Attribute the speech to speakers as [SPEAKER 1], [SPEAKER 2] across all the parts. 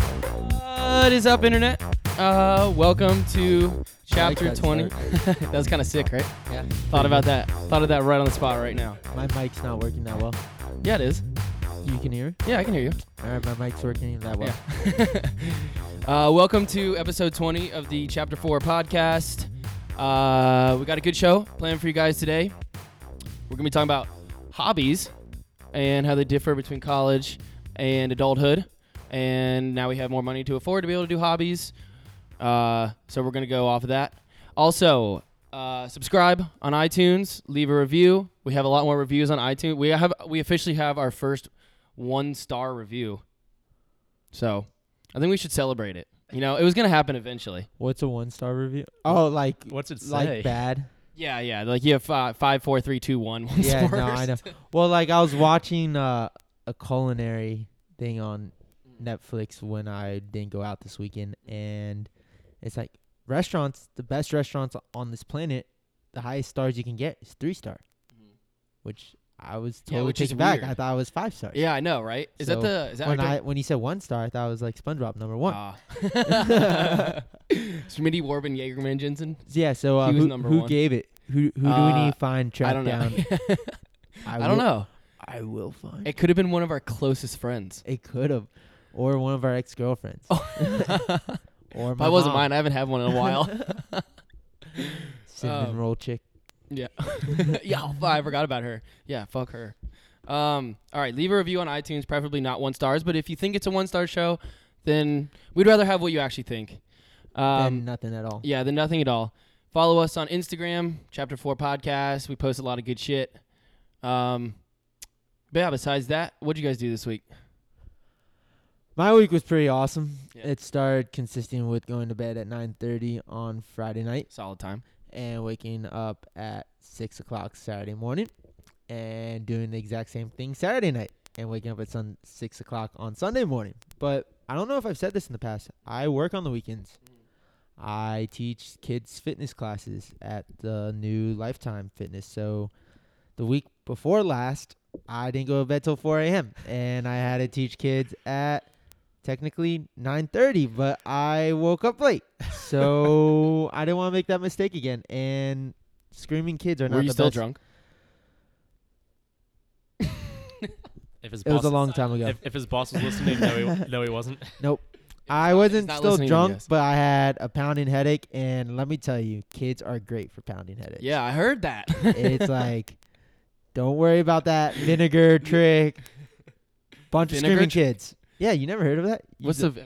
[SPEAKER 1] What is up, internet? Uh, welcome to chapter
[SPEAKER 2] that
[SPEAKER 1] 20. that was kind of sick, right?
[SPEAKER 2] Yeah.
[SPEAKER 1] Thought about that. Thought of that right on the spot right now.
[SPEAKER 2] My mic's not working that well.
[SPEAKER 1] Yeah, it is.
[SPEAKER 2] You can hear?
[SPEAKER 1] Yeah, I can hear you.
[SPEAKER 2] All right, my mic's working that well.
[SPEAKER 1] Uh, welcome to episode 20 of the Chapter 4 podcast. Uh, we got a good show planned for you guys today. We're going to be talking about hobbies and how they differ between college and adulthood. And now we have more money to afford to be able to do hobbies. Uh, so we're going to go off of that. Also, uh, subscribe on iTunes, leave a review. We have a lot more reviews on iTunes. We have we officially have our first one star review. So I think we should celebrate it. You know, it was gonna happen eventually.
[SPEAKER 2] What's a one star review? Oh, like
[SPEAKER 3] What's it
[SPEAKER 2] like
[SPEAKER 3] say?
[SPEAKER 2] bad.
[SPEAKER 1] Yeah, yeah. Like you have five, five four, three, two, one. One's
[SPEAKER 2] yeah, no,
[SPEAKER 1] worst.
[SPEAKER 2] I know. Well, like I was watching uh, a culinary thing on Netflix when I didn't go out this weekend, and it's like restaurants, the best restaurants on this planet, the highest stars you can get is three star, which I was
[SPEAKER 1] Yeah,
[SPEAKER 2] totally
[SPEAKER 1] which is
[SPEAKER 2] taken back.
[SPEAKER 1] weird.
[SPEAKER 2] I thought it was five stars.
[SPEAKER 1] Yeah, I know, right? Is
[SPEAKER 2] So,
[SPEAKER 1] that the? Is that
[SPEAKER 2] When
[SPEAKER 1] like
[SPEAKER 2] I when you said one star, I thought it was like SpongeBob number
[SPEAKER 1] the-
[SPEAKER 2] one.
[SPEAKER 1] Ah. Smitty Warbin Jaegerman Jensen.
[SPEAKER 2] Yeah, so uh,
[SPEAKER 1] He was
[SPEAKER 2] who,
[SPEAKER 1] number
[SPEAKER 2] who
[SPEAKER 1] one.
[SPEAKER 2] gave it? Who who do we
[SPEAKER 1] Uh,
[SPEAKER 2] need to find track
[SPEAKER 1] I don't know.
[SPEAKER 2] down?
[SPEAKER 1] I don't
[SPEAKER 2] will-
[SPEAKER 1] know.
[SPEAKER 2] I will find. It,
[SPEAKER 1] It could have been one of our closest friends.
[SPEAKER 2] could have, or one of our ex girlfriends, or my
[SPEAKER 1] Oh, That wasn't
[SPEAKER 2] mom.
[SPEAKER 1] mine. I haven't had one in a while.
[SPEAKER 2] Cinnamon
[SPEAKER 1] Um,
[SPEAKER 2] roll chick.
[SPEAKER 1] yeah. yeah, oh, fuck, I forgot about her. Yeah, fuck her. Um, all right, leave a review on iTunes, preferably not one stars, but if you think it's a one star show, then we'd rather have what you actually think. Um,
[SPEAKER 2] and nothing at all.
[SPEAKER 1] Yeah, then nothing at all. Follow us on Instagram, Chapter Four Podcast. We post a lot of good shit. Um, but yeah, besides that, what'd you guys do this week?
[SPEAKER 2] My week was pretty awesome.
[SPEAKER 1] Yeah.
[SPEAKER 2] It started consisting with going to bed at nine thirty on Friday night
[SPEAKER 1] Solid time.
[SPEAKER 2] and waking up at six o'clock Saturday morning, and doing the exact same thing Saturday night and waking up at sun six o'clock on Sunday morning. But I don't know if I've said this in the past. I work on the weekends. I teach kids fitness classes at the new Lifetime Fitness. So the week before last, I didn't go to bed till 4 a.m. and I had to teach kids at technically 9:30, but I woke up late. So I didn't want to make that mistake again. And screaming kids are not
[SPEAKER 1] Were you
[SPEAKER 2] the
[SPEAKER 1] still
[SPEAKER 2] best.
[SPEAKER 1] drunk?
[SPEAKER 3] If his
[SPEAKER 2] It
[SPEAKER 3] boss,
[SPEAKER 2] was a long time ago.
[SPEAKER 3] if, if his boss was listening, no, he, no, he wasn't.
[SPEAKER 2] I
[SPEAKER 1] not-
[SPEAKER 2] wasn't
[SPEAKER 1] he's not
[SPEAKER 2] still
[SPEAKER 1] listening to
[SPEAKER 2] drunk,
[SPEAKER 1] this.
[SPEAKER 2] but I had a pounding headache, and let me tell you, kids are great for pounding headaches.
[SPEAKER 1] Yeah, I heard that.
[SPEAKER 2] it's like, don't worry about that vinegar trick. Bunch of
[SPEAKER 1] Vinegar
[SPEAKER 2] screaming
[SPEAKER 1] tr-
[SPEAKER 2] kids. Yeah, you never heard of that? You
[SPEAKER 1] What's
[SPEAKER 2] d-
[SPEAKER 1] the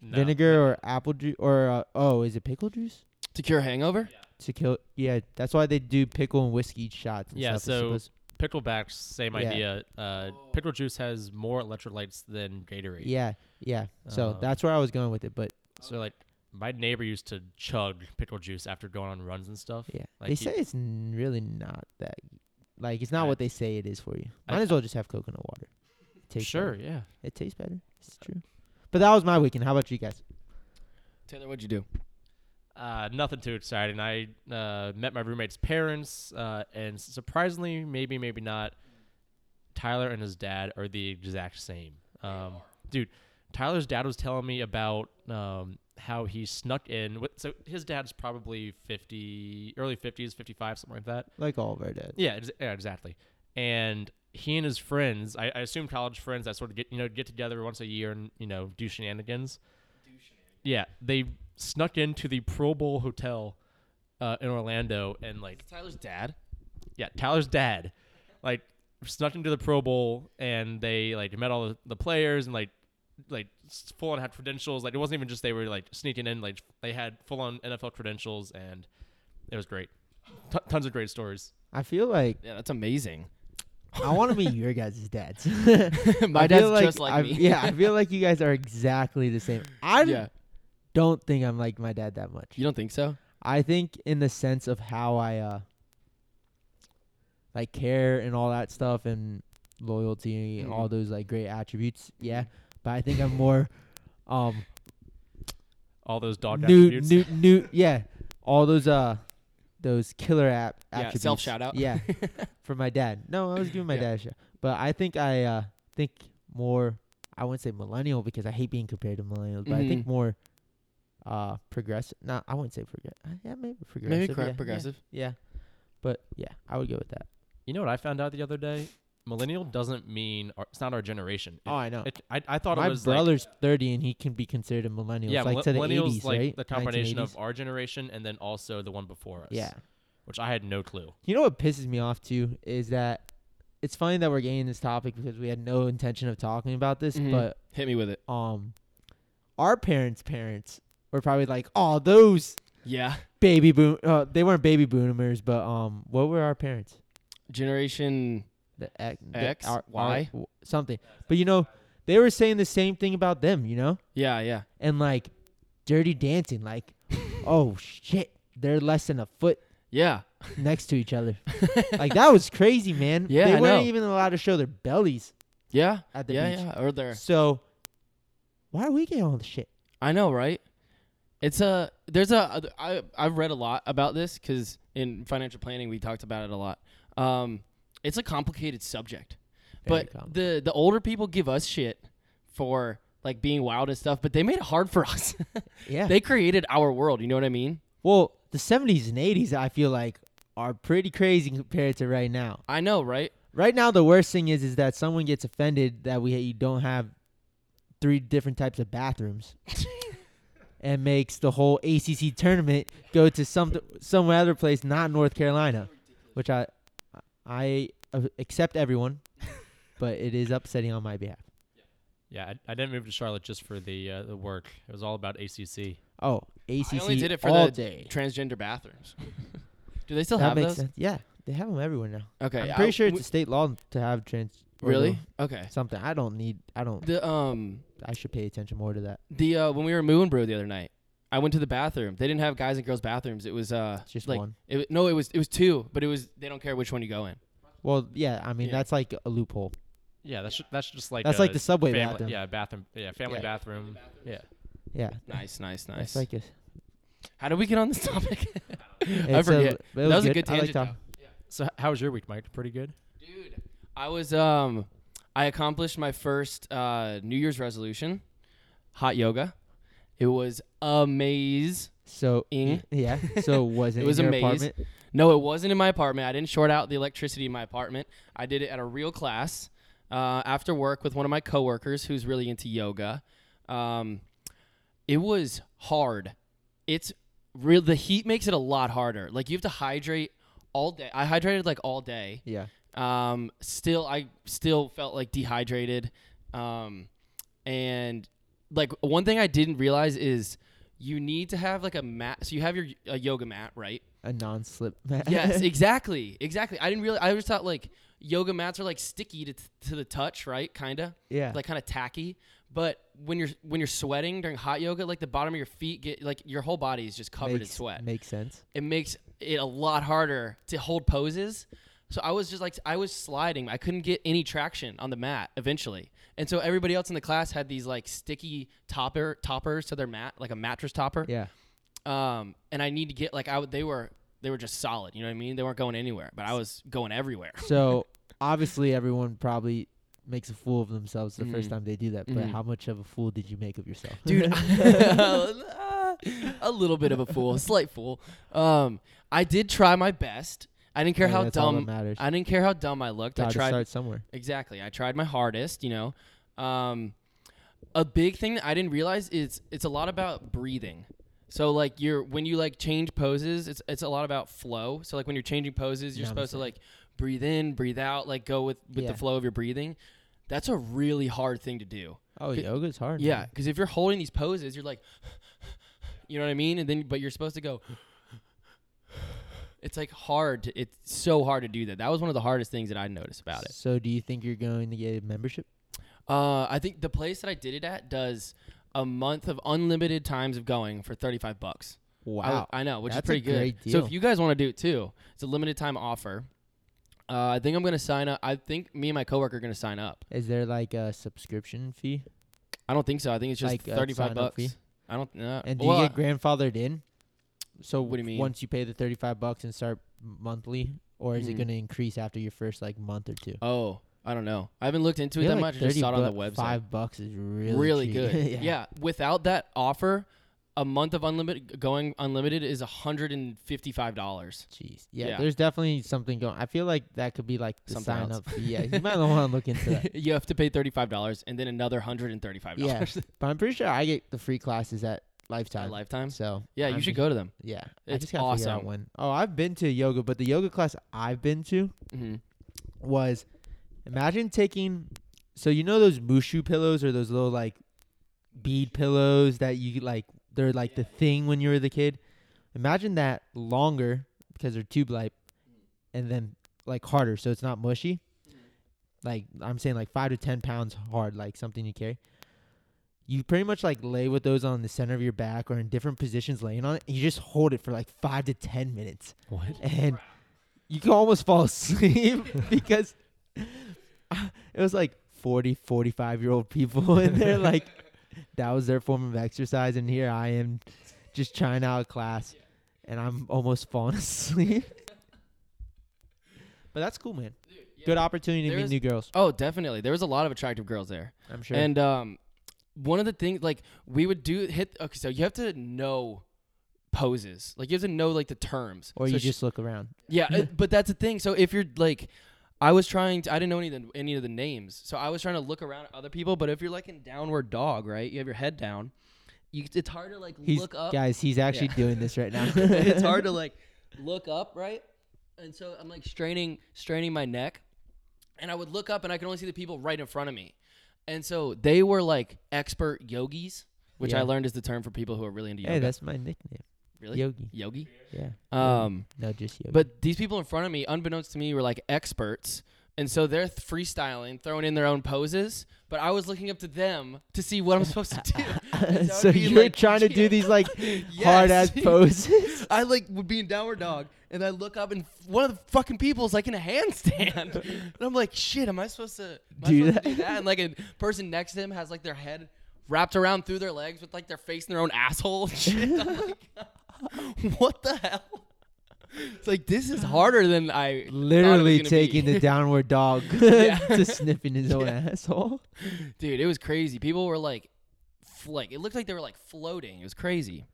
[SPEAKER 3] No.
[SPEAKER 2] vinegar or apple juice or uh, oh, is it pickle juice
[SPEAKER 1] to cure hangover?
[SPEAKER 2] to kill? Yeah, that's why they do pickle and whiskey shots. And
[SPEAKER 3] Yeah,
[SPEAKER 2] stuff. It's
[SPEAKER 3] so-
[SPEAKER 2] supposed-
[SPEAKER 3] Picklebacks, same
[SPEAKER 2] Yeah.
[SPEAKER 3] idea. Uh, pickle juice has more electrolytes than Gatorade.
[SPEAKER 2] yeah, yeah. So
[SPEAKER 1] Oh.
[SPEAKER 3] Uh,
[SPEAKER 2] that's where I was going with it, but
[SPEAKER 3] So like, my neighbor used to chug pickle juice after going on runs and stuff.
[SPEAKER 2] yeah,
[SPEAKER 3] like
[SPEAKER 2] they
[SPEAKER 3] you-
[SPEAKER 2] say it's n- really not that. Like it's not
[SPEAKER 3] I-
[SPEAKER 2] what they say it is for you.
[SPEAKER 3] I-
[SPEAKER 2] Might as well just have coconut water. It tastes better.
[SPEAKER 3] sure, yeah.
[SPEAKER 2] It tastes better. It's true. But that was my weekend. How about you guys?
[SPEAKER 1] Taylor, what'd you do?
[SPEAKER 3] Uh, nothing too exciting. I uh, met my roommate's parents, uh, and surprisingly, maybe maybe not, Tyler and his dad are the exact same. Um, dude, Tyler's dad was telling me about um, how he snuck in. With, so his dad's probably fifty, early fifties, fifty-five, something like that.
[SPEAKER 2] Like all of our dads.
[SPEAKER 3] Yeah, ex- yeah, exactly. And he and his friends, I, I assume college friends that sort of get you know get together once a year and you know do shenanigans. Yeah, they snuck into the Pro Bowl hotel uh, in Orlando and like
[SPEAKER 1] Tyler's dad.
[SPEAKER 3] yeah, Tyler's dad, like snuck into the Pro Bowl and they like met all the, the players and like like full on had credentials. Like it wasn't even just they were like sneaking in. Like they had full on NFL credentials and it was great. T- tons of great stories.
[SPEAKER 2] I feel like
[SPEAKER 1] Yeah, that's amazing.
[SPEAKER 2] I want to be your guys' dads.
[SPEAKER 1] My
[SPEAKER 2] I
[SPEAKER 1] dad's
[SPEAKER 2] feel like,
[SPEAKER 1] just like
[SPEAKER 2] I,
[SPEAKER 1] me.
[SPEAKER 2] yeah, I feel like you guys are exactly the same. I
[SPEAKER 1] yeah.
[SPEAKER 2] don't think I'm like my dad that much.
[SPEAKER 1] You don't think so?
[SPEAKER 2] I think in the sense of how I uh like care and all that stuff and loyalty and all
[SPEAKER 1] Mhm.
[SPEAKER 2] those like great attributes.
[SPEAKER 1] Mm-hmm.
[SPEAKER 2] Yeah, but I think I'm more um
[SPEAKER 3] All those dog
[SPEAKER 2] new,
[SPEAKER 3] attributes.
[SPEAKER 2] new, new, yeah, all those uh those killer app
[SPEAKER 1] Yeah,
[SPEAKER 2] attributes.
[SPEAKER 1] self shout out.
[SPEAKER 2] Yeah, for my dad. No, I was giving my
[SPEAKER 1] Yeah.
[SPEAKER 2] dad a shout. But I think I uh, think more. I wouldn't say millennial because I hate being compared to millennials, but I think
[SPEAKER 1] Mhm.
[SPEAKER 2] more uh progressive. No, I wouldn't say progressive. Yeah, maybe progressive.
[SPEAKER 1] Maybe
[SPEAKER 2] yeah,
[SPEAKER 1] correct
[SPEAKER 2] yeah,
[SPEAKER 1] progressive.
[SPEAKER 2] Yeah, but yeah, I would go with that.
[SPEAKER 3] You know what I found out the other day? Millennial doesn't mean our, it's not our generation. It-
[SPEAKER 2] Oh, I know.
[SPEAKER 3] it- I, I thought
[SPEAKER 2] my
[SPEAKER 3] it was like-
[SPEAKER 2] brother's 30 and he can be considered a millennial.
[SPEAKER 3] yeah,
[SPEAKER 2] It's like
[SPEAKER 3] mille-
[SPEAKER 2] to the
[SPEAKER 3] millennials
[SPEAKER 2] 80s,
[SPEAKER 3] like
[SPEAKER 2] right?
[SPEAKER 3] the combination
[SPEAKER 2] 1980s.
[SPEAKER 3] of our generation and then also the one before us.
[SPEAKER 2] yeah.
[SPEAKER 3] which I had no clue.
[SPEAKER 2] You know what pisses me off too is that it's funny that we're getting this topic because we had no intention of talking about this,
[SPEAKER 1] Mhm.
[SPEAKER 2] but
[SPEAKER 1] Hit me with it.
[SPEAKER 2] um, our parents' parents were probably like, "Oh, those
[SPEAKER 1] Yeah.
[SPEAKER 2] baby boom." Uh, they weren't baby boomers, but um, what were our parents?
[SPEAKER 1] Generation.
[SPEAKER 2] The X, the
[SPEAKER 1] X,
[SPEAKER 2] R- R-
[SPEAKER 1] Y?
[SPEAKER 2] w- something. But you know, they were saying the same thing about them. You know,
[SPEAKER 1] Yeah, yeah.
[SPEAKER 2] and like Dirty Dancing, like, oh shit, they're less than a foot
[SPEAKER 1] Yeah.
[SPEAKER 2] next to each other. like that was crazy, man.
[SPEAKER 1] Yeah,
[SPEAKER 2] they
[SPEAKER 1] I
[SPEAKER 2] weren't
[SPEAKER 1] know.
[SPEAKER 2] even allowed to show their bellies
[SPEAKER 1] Yeah.
[SPEAKER 2] at the
[SPEAKER 1] Yeah,
[SPEAKER 2] beach.
[SPEAKER 1] yeah. Or there.
[SPEAKER 2] So why are we getting all the shit?
[SPEAKER 1] I know, right? It's a there's a I I've read a lot about this because in financial planning we talked about it a lot. Um, it's a complicated subject,
[SPEAKER 2] Very
[SPEAKER 1] but
[SPEAKER 2] common.
[SPEAKER 1] the the older people give us shit for like being wild and stuff, but they made it hard for us.
[SPEAKER 2] yeah.
[SPEAKER 1] they created our world. You know what I mean?
[SPEAKER 2] well, the seventies and eighties, I feel like, are pretty crazy compared to right now.
[SPEAKER 1] I know, right?
[SPEAKER 2] Right now, the worst thing is is that someone gets offended that we you don't have three different types of bathrooms. And makes the whole ACC tournament go to some some other place, not North Carolina, which I I uh, accept everyone, but it is upsetting on my behalf.
[SPEAKER 3] Yeah, I, I didn't move to Charlotte just for the uh, the work. It was all about ACC.
[SPEAKER 2] Oh, ACC
[SPEAKER 1] only did it for
[SPEAKER 2] all
[SPEAKER 1] the
[SPEAKER 2] day.
[SPEAKER 1] Transgender bathrooms. Do they still
[SPEAKER 2] that
[SPEAKER 1] have
[SPEAKER 2] makes
[SPEAKER 1] those?
[SPEAKER 2] sense. Yeah, they have them everywhere now.
[SPEAKER 1] Okay,
[SPEAKER 2] I'm
[SPEAKER 1] I-
[SPEAKER 2] pretty sure it's
[SPEAKER 1] w-
[SPEAKER 2] a state law to have trans. or
[SPEAKER 1] really okay.
[SPEAKER 2] Something I don't need. I don't.
[SPEAKER 1] The um
[SPEAKER 2] I should pay attention more to that.
[SPEAKER 1] the uh, when we were at Moon Brew the other night, I went to the bathroom. They didn't have guys and girls bathrooms. It was uh
[SPEAKER 2] It's just
[SPEAKER 1] like
[SPEAKER 2] one.
[SPEAKER 1] It, wa- no, it was it was two, but it was they don't care which one you go in.
[SPEAKER 2] Well, yeah. I mean,
[SPEAKER 1] Yeah.
[SPEAKER 2] that's like a loophole.
[SPEAKER 3] Yeah, that's ju- that's just like
[SPEAKER 2] that's
[SPEAKER 3] a
[SPEAKER 2] like the subway
[SPEAKER 3] family,
[SPEAKER 2] bathroom. Yeah.
[SPEAKER 3] Yeah, bathroom. Yeah, family
[SPEAKER 2] Yeah.
[SPEAKER 3] bathroom. Yeah,
[SPEAKER 1] Nice, nice,
[SPEAKER 2] That's
[SPEAKER 1] nice.
[SPEAKER 2] like a.
[SPEAKER 1] How did we get on this topic?
[SPEAKER 2] it's a-
[SPEAKER 1] forget.
[SPEAKER 2] but it
[SPEAKER 1] that was a good
[SPEAKER 2] I like
[SPEAKER 1] tangent.
[SPEAKER 2] talk-
[SPEAKER 3] So h- how was your week, Mike? Pretty good.
[SPEAKER 1] though. Dude, I was um, I accomplished my first uh, New Year's resolution, hot yoga. It was amaze.
[SPEAKER 2] so eh,
[SPEAKER 1] Ing.
[SPEAKER 2] yeah. So was it?
[SPEAKER 1] Mm. It was
[SPEAKER 2] in
[SPEAKER 1] a
[SPEAKER 2] your
[SPEAKER 1] maze.
[SPEAKER 2] apartment?
[SPEAKER 1] No, it wasn't in my apartment. I didn't short out the electricity in my apartment. I did it at a real class uh, after work with one of my coworkers who's really into yoga. Um, it was hard. It's real. The heat makes it a lot harder. Like you have to hydrate all day. I hydrated like all day.
[SPEAKER 2] Yeah.
[SPEAKER 1] Um, still, I still felt like dehydrated. Um, and like one thing I didn't realize is you need to have like a mat. So you have your a yoga mat, right?
[SPEAKER 2] A non-slip. mat.
[SPEAKER 1] yes, exactly, exactly. I didn't really. I just thought like yoga mats are like sticky to, to the touch, right? Kinda
[SPEAKER 2] yeah.
[SPEAKER 1] like kind of tacky. But when you're when you're sweating during hot yoga, like the bottom of your feet get like your whole body is just covered
[SPEAKER 2] makes,
[SPEAKER 1] in sweat.
[SPEAKER 2] Makes sense.
[SPEAKER 1] It makes it a lot harder to hold poses. So I was just like I was sliding. I couldn't get any traction on the mat eventually. And so everybody else in the class had these like sticky topper toppers to their mat, like a mattress topper
[SPEAKER 2] Yeah.
[SPEAKER 1] um, and I need to get like I would they were they were just solid. You know what I mean? They weren't going anywhere, but I was going everywhere.
[SPEAKER 2] So obviously, everyone probably makes a fool of themselves the
[SPEAKER 1] Mhm.
[SPEAKER 2] first time they do that. But
[SPEAKER 1] Mhm.
[SPEAKER 2] how much of a fool did you make of yourself,
[SPEAKER 1] dude. I- a little bit of a fool, a slight fool. Um, I did try my best. I didn't care
[SPEAKER 2] Hey,
[SPEAKER 1] how
[SPEAKER 2] that's all that
[SPEAKER 1] dumb.
[SPEAKER 2] matters.
[SPEAKER 1] I didn't care how dumb I looked. I
[SPEAKER 2] Gotta
[SPEAKER 1] tried
[SPEAKER 2] start somewhere.
[SPEAKER 1] Exactly. I tried my hardest, you know. Um, a big thing that I didn't realize is it's a lot about breathing. So like you're when you like change poses, it's it's a lot about flow. So like when you're changing poses, you're
[SPEAKER 2] Yeah, I'm the
[SPEAKER 1] supposed to
[SPEAKER 2] same.
[SPEAKER 1] like breathe in, breathe out, like go with with
[SPEAKER 2] Yeah.
[SPEAKER 1] the flow of your breathing. That's a really hard thing to do.
[SPEAKER 2] Oh,
[SPEAKER 1] Could-
[SPEAKER 2] yoga's hard.
[SPEAKER 1] Yeah,
[SPEAKER 2] man.
[SPEAKER 1] because if you're holding these poses, you're like, you know what I mean, and then but you're supposed to go. It's like hard. To, it's so hard to do that. That was one of the hardest things that I noticed about it.
[SPEAKER 2] So, do you think you're going to get a membership?
[SPEAKER 1] Uh, I think the place that I did it at does a month of unlimited times of going for thirty five bucks. I- I, know, which
[SPEAKER 2] That's a
[SPEAKER 1] is pretty good.
[SPEAKER 2] great
[SPEAKER 1] So
[SPEAKER 2] deal.
[SPEAKER 1] if you guys want to do it too, it's a limited time offer. Uh, I think I'm gonna sign up. I think me and my coworker are gonna sign up.
[SPEAKER 2] Is there like a subscription fee?
[SPEAKER 1] I don't think so. I think it's just
[SPEAKER 2] Like, uh,
[SPEAKER 1] thirty five
[SPEAKER 2] sign up
[SPEAKER 1] bucks.
[SPEAKER 2] fee?
[SPEAKER 1] I don't. Uh,
[SPEAKER 2] And do you get grandfathered in? So
[SPEAKER 1] What do you mean?
[SPEAKER 2] Once you pay the thirty-five bucks and start monthly, or is it
[SPEAKER 1] Mhm.
[SPEAKER 2] going to increase after your first like month or two?
[SPEAKER 1] Oh, I don't know. I haven't looked into
[SPEAKER 2] I
[SPEAKER 1] it
[SPEAKER 2] feel
[SPEAKER 1] that
[SPEAKER 2] like
[SPEAKER 1] much. I just saw it on the
[SPEAKER 2] 30
[SPEAKER 1] website.
[SPEAKER 2] bu- Five bucks is really
[SPEAKER 1] really
[SPEAKER 2] cheap.
[SPEAKER 1] good. yeah. without that offer, a month of unlimited going unlimited is hundred and fifty five dollars.
[SPEAKER 2] Jeez. Yeah,
[SPEAKER 1] Yeah.
[SPEAKER 2] there's definitely something going. I feel like that could be like the
[SPEAKER 1] Something
[SPEAKER 2] sign
[SPEAKER 1] else.
[SPEAKER 2] up. Fee. Yeah, you might want to look into that.
[SPEAKER 1] you have to pay thirty five dollars and then another hundred and thirty five
[SPEAKER 2] Yeah,
[SPEAKER 1] dollars
[SPEAKER 2] but I'm pretty sure I get the free classes at Lifetime.
[SPEAKER 1] lifetime.
[SPEAKER 2] So
[SPEAKER 1] Yeah, you
[SPEAKER 2] I'm
[SPEAKER 1] should
[SPEAKER 2] just-
[SPEAKER 1] go to them.
[SPEAKER 2] Yeah, I
[SPEAKER 1] It's
[SPEAKER 2] just gotta figure out
[SPEAKER 1] awesome.
[SPEAKER 2] when. Oh, I've been to yoga, but the yoga class I've been to
[SPEAKER 1] hmm
[SPEAKER 2] was imagine taking. So you know those mushu pillows or those little like bead pillows that you like. They're like the thing when you were the kid. Imagine that longer because they're tube like, and then like harder, so it's not mushy. Like I'm saying, like five to ten pounds hard, like something you carry. You pretty much like lay with those on the center of your back or in different positions, laying on it. And you just hold it for like five to ten minutes
[SPEAKER 3] What?
[SPEAKER 2] and you can almost fall asleep because it was like 40 45 year old people and they're like that was their form of exercise and here i am just trying out a class and i'm almost falling asleep but that's cool man good opportunity to
[SPEAKER 1] There
[SPEAKER 2] meet
[SPEAKER 1] is-
[SPEAKER 2] new girls
[SPEAKER 1] Oh, definitely. There was a lot of attractive girls there.
[SPEAKER 2] i'm sure
[SPEAKER 1] And um, one of the things like we would do hit. Okay, so you have to know poses. Like you have to know like the terms.
[SPEAKER 2] or
[SPEAKER 1] So
[SPEAKER 2] you
[SPEAKER 1] sh-
[SPEAKER 2] just look around
[SPEAKER 1] yeah. uh, but that's the thing. So if you're like, I was trying. To, I didn't know any of the, any of the names. So I was trying to look around at other people. But if you're like in downward dog, right? You have your head down. You, it's hard to like
[SPEAKER 2] he's
[SPEAKER 1] look up.
[SPEAKER 2] guys he's actually
[SPEAKER 1] Yeah.
[SPEAKER 2] doing this right now
[SPEAKER 1] it's hard to like look up, right? And so I'm like straining straining my neck. And I would look up and I could only see the people right in front of me. And so they were like expert yogis, which I
[SPEAKER 2] Yeah.
[SPEAKER 1] learned is the term for people who are really into yoga.
[SPEAKER 2] hey that's my nickname
[SPEAKER 1] really
[SPEAKER 2] yogi
[SPEAKER 1] yogi.
[SPEAKER 2] yeah
[SPEAKER 1] Um
[SPEAKER 2] no just yogi
[SPEAKER 1] but these people in front of me, unbeknownst to me, were like experts. And so they're th- freestyling, throwing in their own poses, but I was looking up to them to see what I'm supposed to do. And I
[SPEAKER 2] so
[SPEAKER 1] would be,
[SPEAKER 2] you're
[SPEAKER 1] like,
[SPEAKER 2] trying to do these like
[SPEAKER 1] Yes.
[SPEAKER 2] hard ass poses.
[SPEAKER 1] I like would be in downward dog, and I look up, and f- one of the fucking people is like in a handstand, and I'm like, shit, am I supposed to am
[SPEAKER 2] Do
[SPEAKER 1] I supposed to
[SPEAKER 2] that?
[SPEAKER 1] do that? And like a person next to him has like their head wrapped around through their legs with like their face in their own asshole. And shit. I'm like, what the hell? It's like this is harder than I thought it was
[SPEAKER 2] Literally
[SPEAKER 1] gonna
[SPEAKER 2] taking
[SPEAKER 1] be.
[SPEAKER 2] the downward dog
[SPEAKER 1] Yeah.
[SPEAKER 2] to sniffing his own asshole.
[SPEAKER 1] dude. It was crazy. People were like, f- like it looked like they were like floating. It was crazy.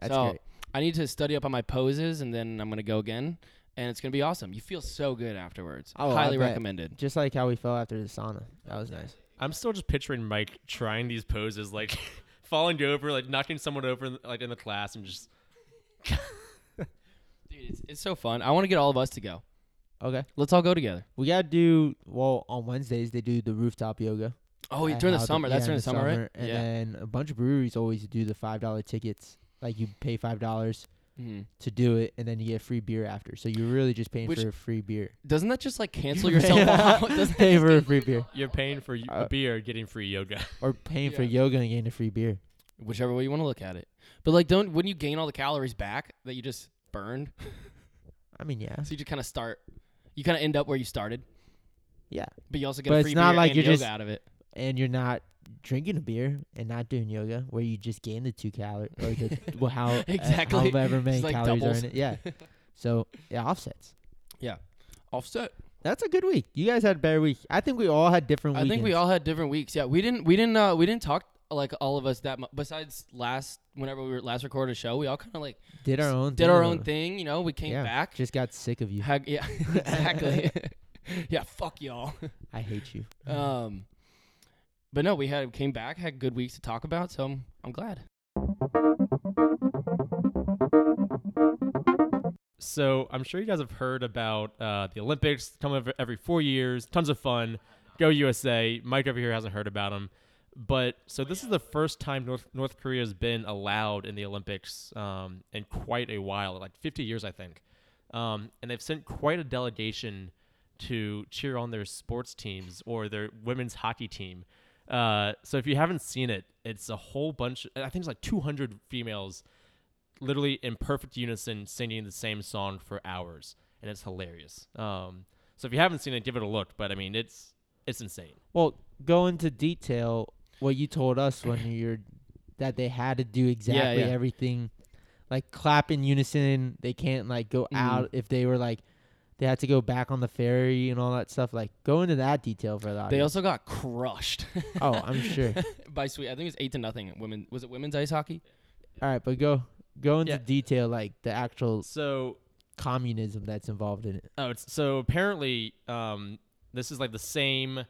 [SPEAKER 2] That's
[SPEAKER 1] so
[SPEAKER 2] great.
[SPEAKER 1] I need to study up on my poses, and then I'm gonna go again, and it's gonna be awesome. You feel so good afterwards.
[SPEAKER 2] Oh, I
[SPEAKER 1] Highly
[SPEAKER 2] bet.
[SPEAKER 1] recommended.
[SPEAKER 2] Just like how we fell after the sauna. That was nice.
[SPEAKER 3] I'm still just picturing Mike trying these poses, like falling over, like knocking someone over, in- like in the class, and just
[SPEAKER 1] Dude, it's, it's so fun. I want to get all of us to go.
[SPEAKER 2] Okay.
[SPEAKER 1] Let's all go together.
[SPEAKER 2] We gotta do well on Wednesdays they do the rooftop yoga.
[SPEAKER 1] Oh,
[SPEAKER 2] at
[SPEAKER 1] during the
[SPEAKER 2] how
[SPEAKER 1] summer.
[SPEAKER 2] yeah,
[SPEAKER 1] That's during
[SPEAKER 2] in
[SPEAKER 1] the summer, right?
[SPEAKER 2] And
[SPEAKER 1] yeah.
[SPEAKER 2] then a bunch of breweries always do the five dollar tickets. Like you pay five dollars
[SPEAKER 1] Mhm.
[SPEAKER 2] to do it and then you get free beer after. So you're really just paying
[SPEAKER 1] Which-
[SPEAKER 2] for free beer.
[SPEAKER 1] Doesn't that just like cancel yourself out? Doesn't
[SPEAKER 2] pay for a free beer.
[SPEAKER 3] you're paying for y-
[SPEAKER 2] Uh,
[SPEAKER 3] a beer, getting free yoga.
[SPEAKER 2] Or paying for
[SPEAKER 1] Yeah.
[SPEAKER 2] yoga and getting a free beer.
[SPEAKER 1] Whichever way you want to look at it. But like, don't wouldn't you gain all the calories back that you just burned?
[SPEAKER 2] I mean yeah.
[SPEAKER 1] So you just kind of start. You kind of end up where you started.
[SPEAKER 2] Yeah.
[SPEAKER 1] But you also get
[SPEAKER 2] But
[SPEAKER 1] a
[SPEAKER 2] it's
[SPEAKER 1] free
[SPEAKER 2] not
[SPEAKER 1] beer
[SPEAKER 2] like
[SPEAKER 1] and
[SPEAKER 2] you're
[SPEAKER 1] yoga
[SPEAKER 2] just-
[SPEAKER 1] out of it.
[SPEAKER 2] and you're not drinking a beer and not doing yoga, where you just gain the two calories or the well, how uh,
[SPEAKER 1] Exactly.
[SPEAKER 2] however many
[SPEAKER 1] Just like
[SPEAKER 2] calories
[SPEAKER 1] doubles.
[SPEAKER 2] are in it. Yeah, so it offsets.
[SPEAKER 1] Offset.
[SPEAKER 2] That's a good week. You guys had a better week. I think we all had different.
[SPEAKER 1] I think we
[SPEAKER 2] weekends.
[SPEAKER 1] all had different weeks. Yeah, we didn't we didn't uh, we didn't talk like all of us that much. Besides last whenever we were last recorded a show, we all kind of like
[SPEAKER 2] did our own
[SPEAKER 1] did
[SPEAKER 2] thing
[SPEAKER 1] our
[SPEAKER 2] a
[SPEAKER 1] own
[SPEAKER 2] little.
[SPEAKER 1] thing. You know, we came
[SPEAKER 2] Yeah,
[SPEAKER 1] back.
[SPEAKER 2] Just got sick of you.
[SPEAKER 1] Hag- yeah, exactly. yeah, fuck y'all.
[SPEAKER 2] I hate you.
[SPEAKER 1] Um, but no, we had came back, had good weeks to talk about, so I'm, I'm glad.
[SPEAKER 3] So I'm sure you guys have heard about uh, the Olympics come ev- every four years, tons of fun. Go USA. Mike over here hasn't heard about them, but so this is the first time North North Korea has been allowed in the Olympics um, in quite a while, like 50 years I think, um, and they've sent quite a delegation to cheer on their sports teams or their women's hockey team. Uh, so if you haven't seen it, it's a whole bunch. I think it's like 200 females literally in perfect unison singing the same song for hours, and it's hilarious. Um, so if you haven't seen it, give it a look. But I mean, it's it's insane.
[SPEAKER 2] Well, go into detail what you told us when you're that they had to do exactly
[SPEAKER 1] yeah.
[SPEAKER 2] everything. like clap in unison. They can't like go
[SPEAKER 1] Mhm.
[SPEAKER 2] out if they were like they had to go back on the ferry and all that stuff. Like go into that detail for that.
[SPEAKER 1] They also got crushed.
[SPEAKER 2] Oh, I'm sure.
[SPEAKER 1] By sweet, I think it was eight to nothing. Women was it women's ice hockey?
[SPEAKER 2] all right, but go go into
[SPEAKER 3] Yeah.
[SPEAKER 2] detail like the actual
[SPEAKER 3] So
[SPEAKER 2] communism that's involved in it.
[SPEAKER 3] Oh, it's, so apparently, um, this is like the same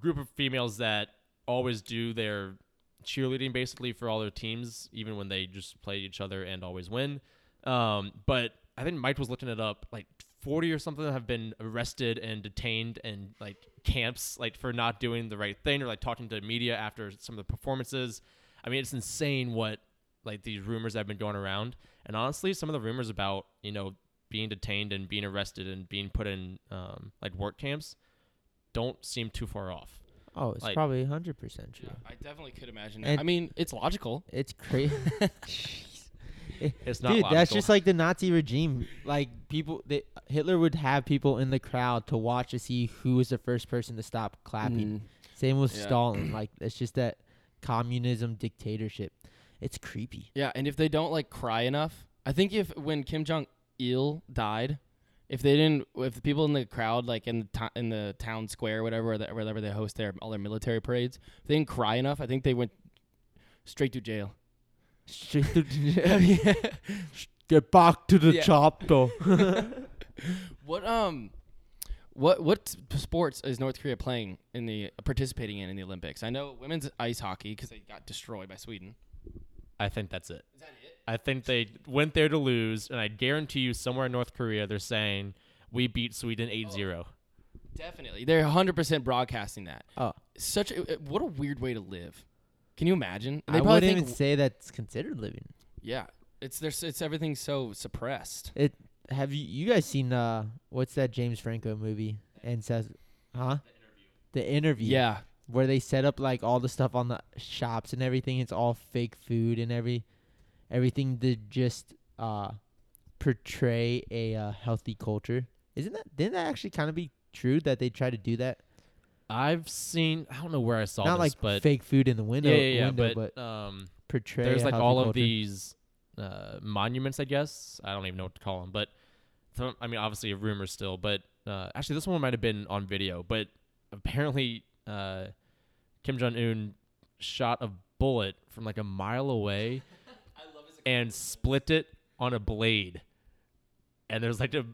[SPEAKER 3] group of females that always do their cheerleading basically for all their teams, even when they just play each other and always win. Um, but I think Mike was looking it up. Like forty or something have been arrested and detained and like camps, like for not doing the right thing or like talking to media after some of the performances. I mean, it's insane what like these rumors have been going around. And honestly, some of the rumors about you know being detained and being arrested and being put in um, like work camps don't seem too far off.
[SPEAKER 2] Oh, it's
[SPEAKER 3] Like-
[SPEAKER 2] probably 100% true.
[SPEAKER 1] I definitely could imagine
[SPEAKER 2] it. And-
[SPEAKER 1] I mean, it's logical.
[SPEAKER 2] It's crazy.
[SPEAKER 3] It's not
[SPEAKER 2] Dude, that's
[SPEAKER 3] logical.
[SPEAKER 2] just like the Nazi regime. Like people, they, Hitler would have people in the crowd to watch to see who was the first person to stop
[SPEAKER 1] Mm.
[SPEAKER 2] clapping. Same with
[SPEAKER 1] Yeah.
[SPEAKER 2] Stalin. Like it's just that communism dictatorship. It's creepy.
[SPEAKER 1] Yeah, and if they don't like cry enough, I think if when Kim Jong Il died, if they didn't, if the people in the crowd, like in the to- in the town square, whatever, where the- wherever they host their all their military parades, if they didn't cry enough, I think they went straight to jail.
[SPEAKER 2] Straight to get back to the
[SPEAKER 1] Yeah.
[SPEAKER 2] chopper.
[SPEAKER 1] What um, what what sports is North Korea playing in the participating in in the Olympics? I know women's ice hockey because they got destroyed by Sweden.
[SPEAKER 3] I think that's it. Is that it? I think they went there to lose, and I guarantee you, somewhere in North Korea, they're saying we beat Sweden 8-0.
[SPEAKER 1] Definitely, they're 100% broadcasting that.
[SPEAKER 2] Oh,
[SPEAKER 1] Such a, uh, what a weird way to live. Can you imagine? And
[SPEAKER 2] I wouldn't
[SPEAKER 1] think-
[SPEAKER 2] even say that's considered living.
[SPEAKER 1] Yeah, it's there's it's everything so suppressed.
[SPEAKER 2] It. Have you you guys seen uh what's that James Franco movie? And says, huh? The interview.
[SPEAKER 1] Yeah,
[SPEAKER 2] where they set up like all the stuff on the shops and everything. It's all fake food and every everything to just uh portray a uh, healthy culture. Isn't that didn't that actually kind of be true that they try to do that?
[SPEAKER 3] I've seen. I don't know where I saw
[SPEAKER 2] Not
[SPEAKER 3] this,
[SPEAKER 2] like
[SPEAKER 3] but
[SPEAKER 2] fake food in the window,
[SPEAKER 3] yeah, yeah, yeah,
[SPEAKER 2] window but,
[SPEAKER 3] but, um,
[SPEAKER 2] portray.
[SPEAKER 3] there's
[SPEAKER 2] a
[SPEAKER 3] like
[SPEAKER 2] healthy
[SPEAKER 3] all of
[SPEAKER 2] culture.
[SPEAKER 3] these uh, monuments, I guess. I don't even know what to call them, but th- I mean, obviously, a rumor still. But uh, actually, this one might have been on video. But apparently, uh, Kim Jong Un shot a bullet from like a mile away and split it on a blade. And there's like a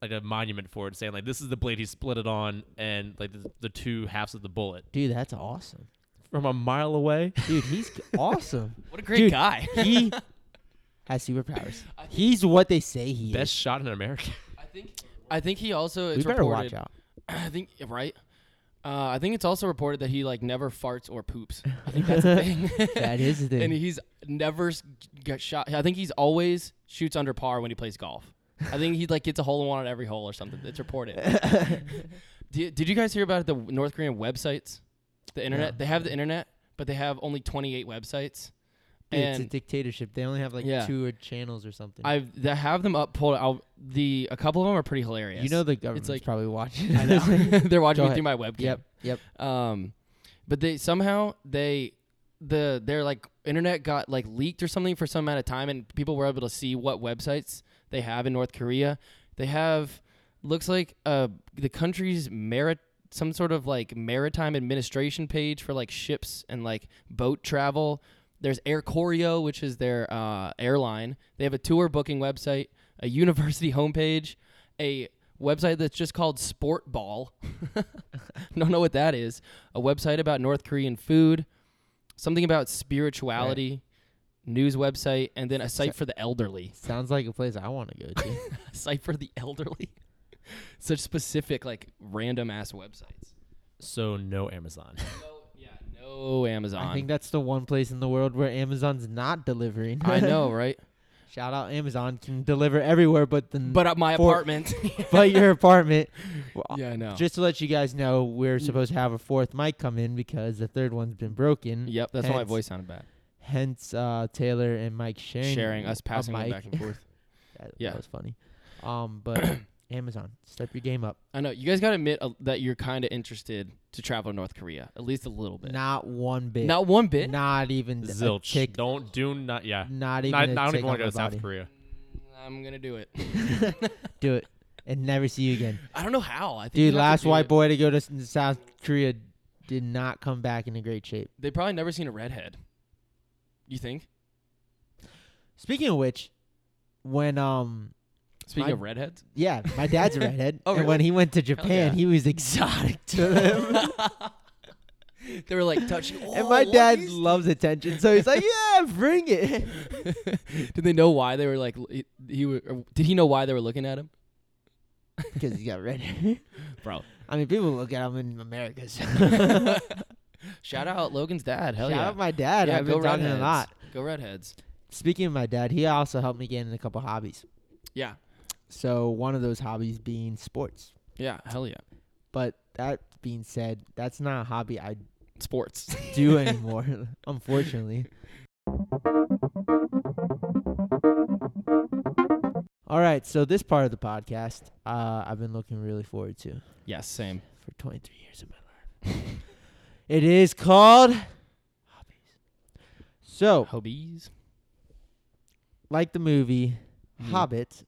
[SPEAKER 3] like a monument for it, saying like this is the blade he split it on, and like the, the two halves of the bullet
[SPEAKER 2] Dude, that's awesome.
[SPEAKER 3] from a mile away.
[SPEAKER 2] Dude, he's awesome.
[SPEAKER 1] what a great
[SPEAKER 2] Dude,
[SPEAKER 1] guy.
[SPEAKER 2] He has superpowers. He's what they say he
[SPEAKER 3] Best
[SPEAKER 2] is.
[SPEAKER 3] shot in America.
[SPEAKER 1] I think I think he also
[SPEAKER 2] We
[SPEAKER 1] it's
[SPEAKER 2] better watch
[SPEAKER 1] reported,
[SPEAKER 2] out.
[SPEAKER 1] I think right. Uh, I think it's also reported that he like never farts or poops. I think that's a thing.
[SPEAKER 2] That is the thing.
[SPEAKER 1] and he's never s- got shot. I think he's always shoots under par when he plays golf. I think he like gets a hole in one on every hole or something. It's reported. did, did you guys hear about the North Korean websites? The internet.
[SPEAKER 2] No.
[SPEAKER 1] They have the internet, but they have only 28 websites.
[SPEAKER 2] Dude, it's
[SPEAKER 1] and
[SPEAKER 2] a dictatorship. They only have like
[SPEAKER 1] Yeah.
[SPEAKER 2] two channels or something.
[SPEAKER 1] I've they have them up pulled out. The a couple of them are pretty hilarious.
[SPEAKER 2] You know the government's
[SPEAKER 1] like-
[SPEAKER 2] probably watching.
[SPEAKER 1] I know. they're watching
[SPEAKER 2] Go
[SPEAKER 1] me through my webcam.
[SPEAKER 2] yep, yep.
[SPEAKER 1] Um, but they somehow they the their like internet got like leaked or something for some amount of time, and people were able to see what websites they have in North Korea. They have looks like uh the country's merit some sort of like maritime administration page for like ships and like boat travel. There's Air Koryo, which is their uh, airline. They have a tour booking website, a university homepage, a website that's just called Sport Ball. Don't know what that is. A website about North Korean food, something about spirituality, news website, and then a site for the elderly.
[SPEAKER 2] Sounds like a place I want to go to.
[SPEAKER 1] A site for the elderly. Such specific, like random ass websites.
[SPEAKER 3] So no Amazon.
[SPEAKER 1] No, yeah, no Amazon.
[SPEAKER 2] I think that's the one place in the world where Amazon's not delivering.
[SPEAKER 1] I know, right?
[SPEAKER 2] Shout out Amazon can deliver everywhere, but the
[SPEAKER 1] But at my
[SPEAKER 2] For-
[SPEAKER 1] apartment.
[SPEAKER 2] but your apartment. Well,
[SPEAKER 1] yeah, I know.
[SPEAKER 2] Just to let you guys know, we're supposed to have a fourth mic come in because the third one's been broken.
[SPEAKER 1] Yep, that's why my
[SPEAKER 2] Hence-
[SPEAKER 1] voice sounded bad.
[SPEAKER 2] Hence, uh, Taylor and Mike sharing
[SPEAKER 1] Sharing us
[SPEAKER 2] a
[SPEAKER 1] passing it
[SPEAKER 2] mic.
[SPEAKER 1] back and forth.
[SPEAKER 2] That, that
[SPEAKER 1] Yeah.
[SPEAKER 2] was funny. Um, but Amazon, step your game up.
[SPEAKER 1] I know you guys got to admit uh, that you're kind of interested to travel to North Korea, at least a little bit.
[SPEAKER 2] Not one bit.
[SPEAKER 1] Not one bit.
[SPEAKER 2] Not even A
[SPEAKER 3] Zilch.
[SPEAKER 2] tick,
[SPEAKER 3] Don't do not. Yeah.
[SPEAKER 2] not
[SPEAKER 3] I,
[SPEAKER 2] even.
[SPEAKER 3] I
[SPEAKER 2] a
[SPEAKER 3] don't
[SPEAKER 2] tick
[SPEAKER 3] even want
[SPEAKER 2] on my
[SPEAKER 3] to go to South
[SPEAKER 2] body.
[SPEAKER 3] Korea.
[SPEAKER 1] Mm, I'm gonna do it.
[SPEAKER 2] Do it and never see you again,
[SPEAKER 1] I don't know how. I think
[SPEAKER 2] dude.
[SPEAKER 1] you have to
[SPEAKER 2] Last
[SPEAKER 1] do
[SPEAKER 2] white
[SPEAKER 1] it.
[SPEAKER 2] boy to go to s- South Korea did not come back in a great shape.
[SPEAKER 1] They probably never seen a redhead. You think?
[SPEAKER 2] Speaking of which, when um
[SPEAKER 1] Speaking
[SPEAKER 2] My-
[SPEAKER 1] of redheads,
[SPEAKER 2] yeah, my dad's a redhead,
[SPEAKER 1] Oh,
[SPEAKER 2] and when
[SPEAKER 1] really?
[SPEAKER 2] he went to
[SPEAKER 1] yeah.
[SPEAKER 2] Japan, he was exotic to them.
[SPEAKER 1] they were like touching.
[SPEAKER 2] and
[SPEAKER 1] "Oh,
[SPEAKER 2] my
[SPEAKER 1] what
[SPEAKER 2] dad
[SPEAKER 1] is
[SPEAKER 2] loves attention, so he's like, "Yeah, bring it."
[SPEAKER 1] Did they know why they were like l- he, he wa- or did he know why they were looking at him?
[SPEAKER 2] Because he got red hair.
[SPEAKER 1] Bro.
[SPEAKER 2] I mean, people look at him in America. So.
[SPEAKER 1] Shout out Logan's dad. Hell
[SPEAKER 2] Shout
[SPEAKER 1] yeah.
[SPEAKER 2] out my dad.
[SPEAKER 1] Yeah,
[SPEAKER 2] I've
[SPEAKER 1] go
[SPEAKER 2] been talking
[SPEAKER 1] redheads.
[SPEAKER 2] a lot.
[SPEAKER 1] Go redheads.
[SPEAKER 2] Speaking of my dad, he also helped me get in a couple hobbies.
[SPEAKER 1] Yeah.
[SPEAKER 2] So one of those hobbies being sports.
[SPEAKER 1] Yeah, hell yeah.
[SPEAKER 2] But that being said, that's not a hobby I
[SPEAKER 1] Sports.
[SPEAKER 2] do anymore, unfortunately. All right, so this part of the podcast, uh, I've been looking really forward to.
[SPEAKER 1] yes, same.
[SPEAKER 2] for 23 years of my life. it is called Hobbies.
[SPEAKER 1] Oh.
[SPEAKER 2] So,
[SPEAKER 1] Hobbies.
[SPEAKER 2] like the movie
[SPEAKER 1] Mhm.
[SPEAKER 2] Hobbit,